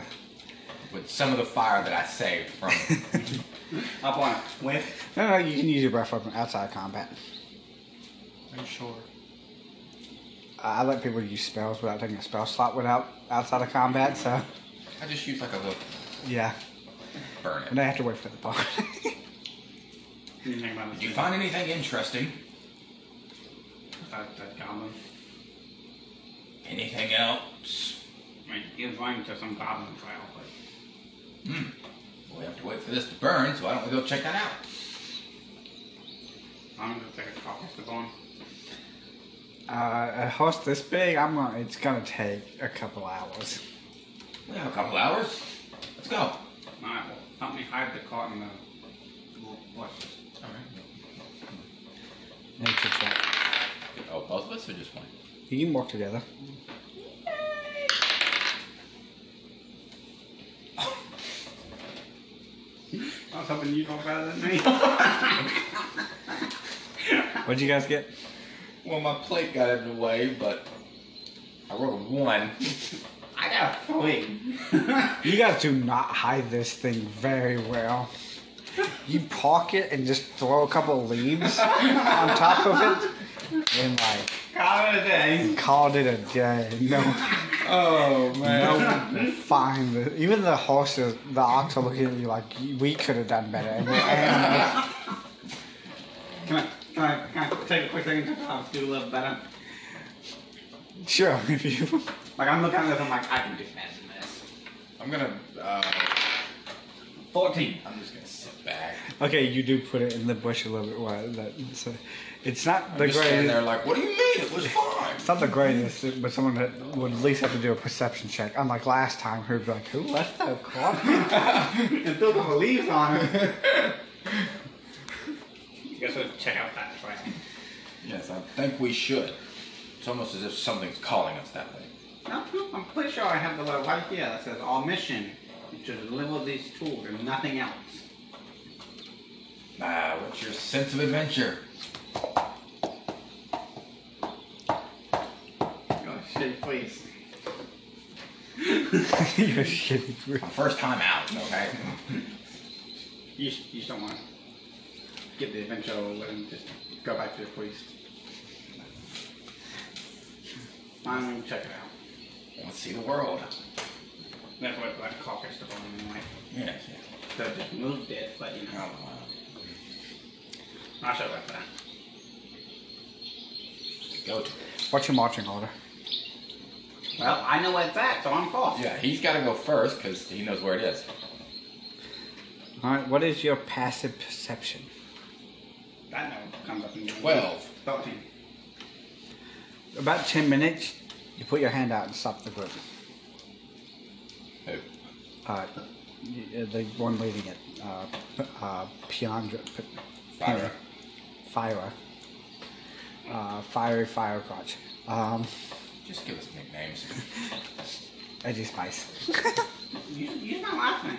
S1: With some of the fire that I saved from
S2: Up on it. With.
S3: No, no, you can use your breath weapon outside combat.
S2: Are you sure?
S3: I I let people use spells without taking a spell slot without outside of combat. So
S1: I just use like a little
S3: yeah,
S1: burn
S3: and I
S1: it.
S3: have to wait for the part.
S2: You think about
S1: Did you find anything interesting?
S2: That, that goblin.
S1: Anything else?
S2: I mean, he was running to some goblin trial, but
S1: We have to wait for this to burn, so why don't we go check that out?
S2: I'm gonna take a copy of the bone.
S3: uh, a horse this big, I'm gonna. It's gonna take a couple hours.
S1: We have a couple hours. Let's go. All
S2: Alright, well, help me hide the cart in the little bushes.
S1: right.
S3: Make a check.
S1: Oh, both of us or just one?
S3: You can walk together.
S2: I was hoping you'd know better than me.
S3: What'd you guys get?
S1: Well, my plate got in the way, but I rolled a one.
S2: I got a three.
S3: You guys do not hide this thing very well. You park it and just throw a couple leaves on top of it, and like
S2: Call it a day.
S3: called it a day. No.
S1: Oh man.
S3: No, fine. Even the horses, the ox are looking at you like we could have done better. And we're animals.
S2: Come on, come on, come on. Take a quick second to talk. Do a little better.
S3: sure, if you.
S2: Like, I'm looking at this, I'm like, I can do better than this.
S1: I'm gonna. Uh,
S2: 14.
S1: I'm just gonna sit back.
S3: Okay, you do put it in the bush a little bit. Well, that, so it's not
S1: I'm
S3: the
S1: just standing there
S3: greatest.
S1: like, what do you mean? It was fine.
S3: It's not the greatest, but someone that would at least have to do a perception check. Unlike last time, who'd be like, "Who left that car?"
S2: and threw a couple leaves on it. you guys should check out that trail.
S1: Yes, I think we should. It's almost as if something's calling us that way.
S2: No, no, I'm pretty sure I have the letter right here that says our mission is to deliver these tools and nothing else.
S1: Ah, what's your sense of adventure?
S2: Oh shit, please.
S3: You're shitty. bro.
S1: My first time out, okay?
S2: You, sh- you just don't want to get the adventure over and just go back to the priest. I'm gonna check it out.
S1: Let's see the world.
S2: That's what that caucus is on anyway.
S1: Yeah, yeah.
S2: So I just moved it, but you
S1: Oh,
S2: know,
S1: wow.
S2: I'll show about that.
S1: Go to
S3: What's your marching order?
S2: Well, I know where it's at, so I'm first.
S1: Yeah, he's gotta go first because he knows where it is.
S3: All right. What is your passive perception?
S2: That never comes up in
S1: 12.
S2: 13.
S3: About ten minutes, you put your hand out and stop the group.
S1: Who?
S3: uh, y- uh, the one leading it, uh, P- uh, Piandra, P-
S1: Fyra.
S3: Fyra, uh, Fiery Fire Crotch, um,
S1: Just give us nicknames.
S3: Edgy Spice.
S2: You, you know my last name.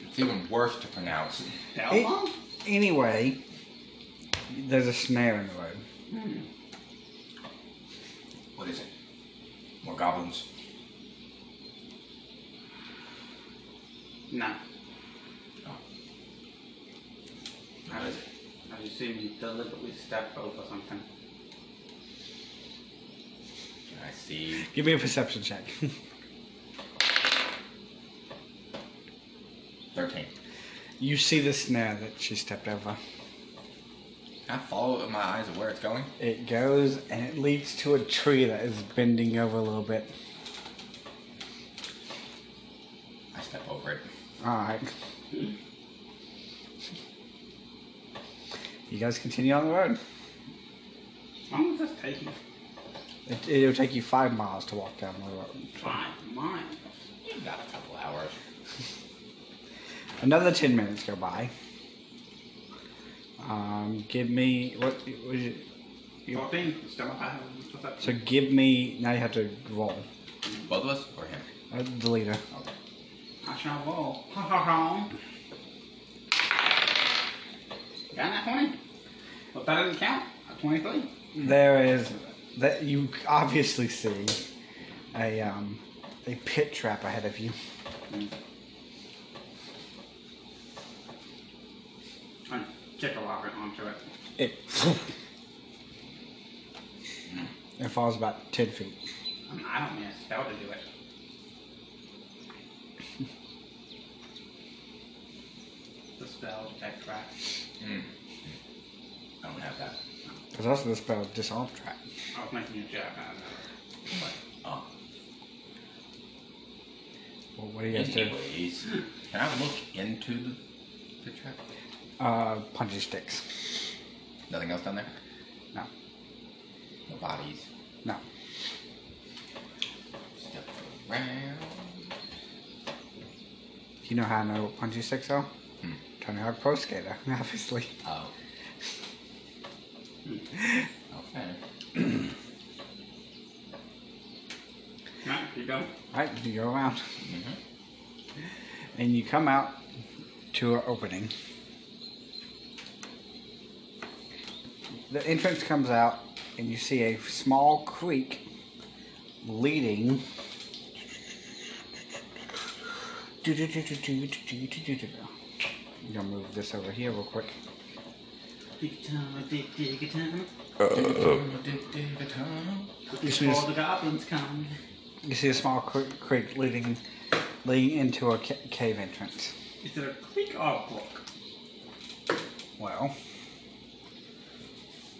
S1: It's even worse to pronounce.
S2: Delphon?
S3: Anyway, there's a snare in the road.
S1: What is it? More goblins?
S2: No.
S1: What is it?
S2: I just assume you deliberately stepped over something.
S1: I see.
S3: Give me a perception check.
S1: 13.
S3: you see the snare that she stepped over.
S1: Can I follow it with my eyes of where it's going?
S3: It goes and it leads to a tree that is bending over a little bit.
S1: I step over it.
S3: All right. You guys continue on the road.
S2: How long does this take you?
S3: It, it'll take you five miles to walk down the road.
S2: Five miles.
S1: You got a couple hours.
S3: Another ten minutes go by. Um, give me what was it? you-
S2: 14, it's still alive. What's up?
S3: So give me now. You have to roll.
S5: Both of us or him?
S3: Uh, the leader.
S2: I shall roll. Ha ha ha. Got that 20? Well, that doesn't count. A 23.
S3: There is that you obviously see a um a pit trap ahead of you.
S2: Mm. I kick a locker onto it.
S3: It it falls about ten feet.
S2: I, mean, I don't need a spell to do it. the spell detect trap.
S1: Mm. I don't have that.
S3: Because also the spell disarm trap.
S2: I was making a joke out of that.
S1: Oh,
S3: Well, what do you guys do?
S1: anyways, can I look into the, the trap?
S3: Uh, punching sticks.
S1: Nothing else down there?
S3: No,
S1: No bodies.
S3: no.
S1: Step around.
S3: You know how I know what punching sticks are?
S1: Hmm.
S3: Tony Hawk Pro Skater, obviously.
S1: Oh. okay.
S2: Right, you go.
S3: Right, you go around. And you come out to an opening. The entrance comes out, and you see a small creek leading. I'm gonna move this over here real quick.
S2: Digitama, dig, digitama.
S3: This
S2: Before
S3: is-
S2: the goblins come.
S3: You see a small cre- creek leading, leading into a ca- cave entrance.
S2: Is it a creek or a brook?
S3: Well,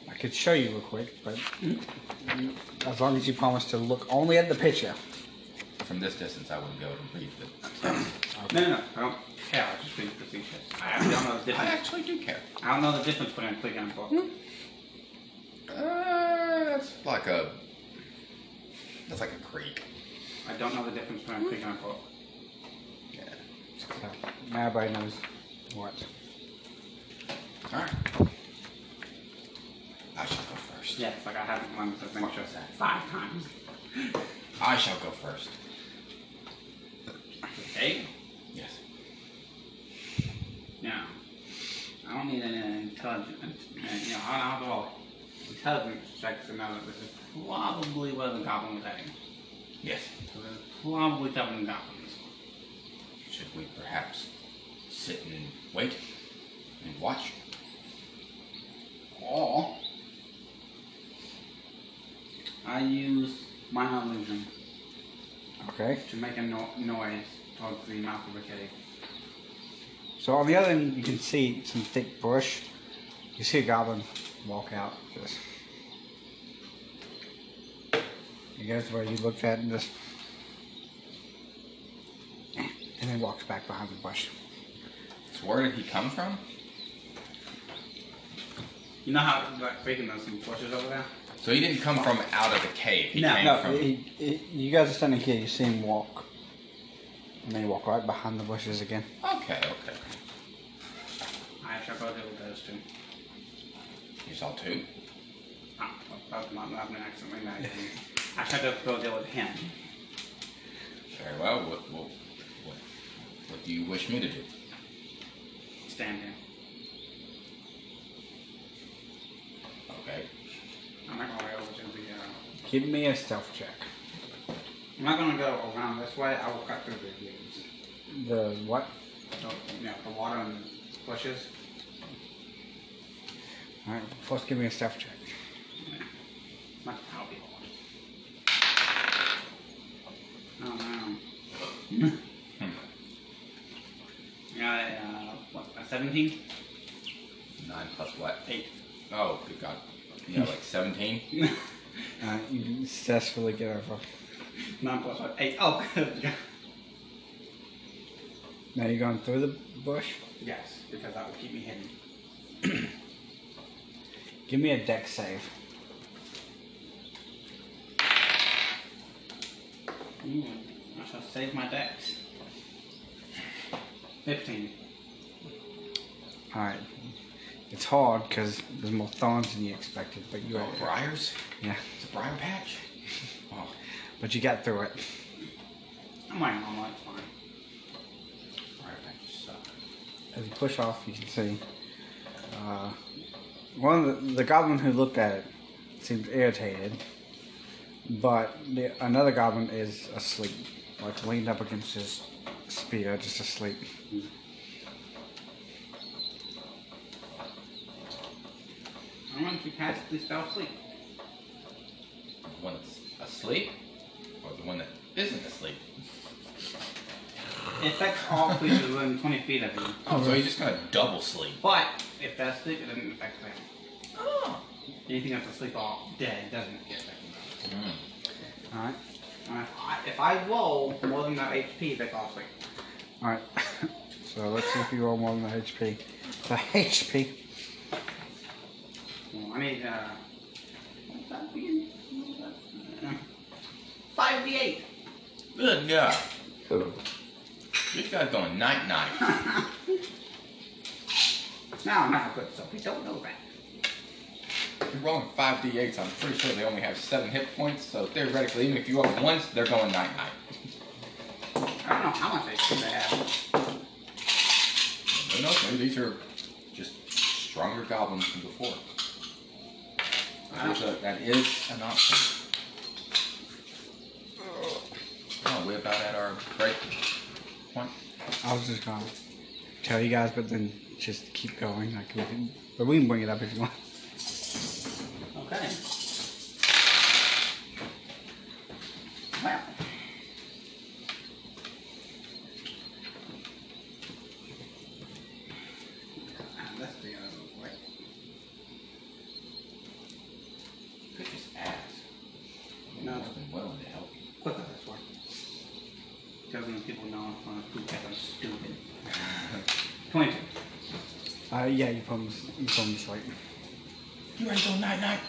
S3: I could show you real quick, but as long as you promise to look only at the picture.
S1: From this distance, I wouldn't go to read the.
S2: No, no, no. I don't care. I was just being facetious. I actually don't know the
S1: I
S2: difference.
S1: actually do care.
S2: I don't know the difference between a creek and a brook.
S1: Uh, that's like a. That's like a creek.
S2: I don't know the difference between a creek and a brook.
S1: Yeah.
S3: So now everybody knows what.
S1: All right. I shall go first.
S2: Yes, like I haven't learned to make sure that five times.
S1: I shall go first.
S2: Eight?
S1: Yes.
S2: No. I don't need an intelligence. uh, You know, I don't have all. Intelligence checks to know that this is probably where the goblin was heading.
S1: Yes.
S2: So there's probably seven goblins.
S1: Should we perhaps sit and wait and watch? Or
S2: I use my illusion
S3: Okay.
S2: to make a no- noise towards the mouth of the cave.
S3: So on the other end, you can see some thick bush. You see a goblin walk out. Just. You guys, the way he looked at and just. And then walks back behind the bush.
S1: so where did he come from?
S2: You know how like big in those bushes over there?
S1: So he didn't come from out of the cave. He
S2: No,
S1: came
S3: No,
S1: from.
S3: he, he, you guys are standing here. You see him walk, and then he walk right behind the bushes again.
S1: Okay. Okay.
S2: I shall go deal with those two.
S1: You saw two.
S2: Ah, well, that's not that's an accident. I didn't- I shall just go deal with him.
S1: Very well. What, what, what, what do you wish me to do?
S2: Stand here.
S1: Okay.
S2: I'm not gonna go over to the uh,
S3: Give me a stealth check.
S2: I'm not gonna go around this way. I will cut through the leaves,
S3: The what?
S2: so, you know, the water and the bushes.
S3: All right, first give me a stealth check.
S2: Not how people. Oh no. Yeah, uh, what, a 17?
S1: Nine plus what?
S2: 8.
S1: Oh, good God. Yeah, like 17?
S3: Uh, you successfully get over.
S2: 9 plus what? 8. Oh, good.
S3: Now you're going through the bush.
S2: Yes, because that will keep me hidden.
S3: Give me a deck save.
S2: Mm, I shall save my decks. Fifteen.
S3: Alright. It's hard because there's more thorns than you expected, but you
S1: Oh, briars?
S3: Yeah.
S1: It's a briar patch? Oh,
S3: But you got through it.
S2: I'm like, I'm like, fine.
S1: briar patches suck.
S3: As you push off, you can see uh, one of the, the goblin who looked at it seems irritated, but the, another goblin is asleep, like leaned up against his spear, just asleep.
S2: I want to cast the spell sleep.
S1: The one that's asleep? Or the one that isn't asleep?
S2: It affects all creatures within 20 feet of you.
S1: Oh, so he's just gonna double sleep.
S2: But if they're asleep, it doesn't affect them.
S1: Oh.
S2: Anything that's asleep all day doesn't get affected.
S1: Mm.
S3: Alright?
S2: And if I, if I roll more than that HP, they fall asleep.
S3: Alright. so let's see if you roll more than the HP. The HP.
S2: Well, I need, uh. What's that again? Five D eight.
S1: Good God. This guy's going night night.
S2: No, no, good. So we don't know that.
S1: If you're rolling 5d8s, I'm pretty sure they only have 7 hit points, so theoretically, even if you roll once, they're going night night.
S2: I don't know how much HP they have.
S1: Who knows? Maybe these are just stronger goblins than before. That is, a- that is an option. Oh, we're about at our break point.
S3: I was just gonna tell you guys, but then just keep going. Like we can, but we can bring it up if you want.
S2: Okay. Well. That's the other way.
S1: Could just ask.
S2: No.
S1: I've been willing to help you.
S2: Click on this one. Doesn't people know if I'm stupid? I'm stupid. Twenty.
S3: Uh, yeah, you promised. You promised like.
S1: You ready to go night night?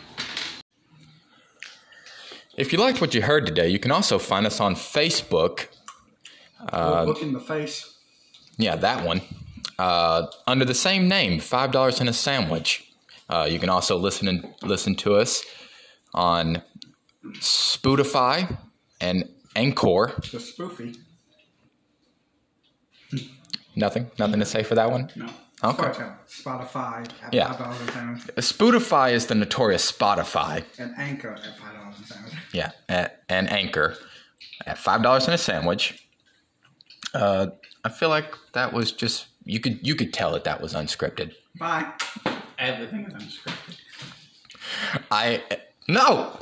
S6: If you liked what you heard today, you can also find us on Facebook.
S3: look in the face.
S6: Yeah, that one. Uh, under the same name, five dollars and a sandwich. Uh, you can also listen and listen to us on Spotify and Anchor.
S3: The spoofy.
S6: Nothing, nothing to say for that one.
S3: No.
S6: Okay.
S3: Spotify at
S6: Yeah.
S3: dollars a sound
S6: Spotify is the notorious Spotify.
S3: and Anchor at five dollars a sound.
S6: Yeah, at, and Anchor at five dollars and a sandwich. Uh, I feel like that was just you could you could tell that that was unscripted.
S3: Bye.
S2: Everything is unscripted.
S6: I no.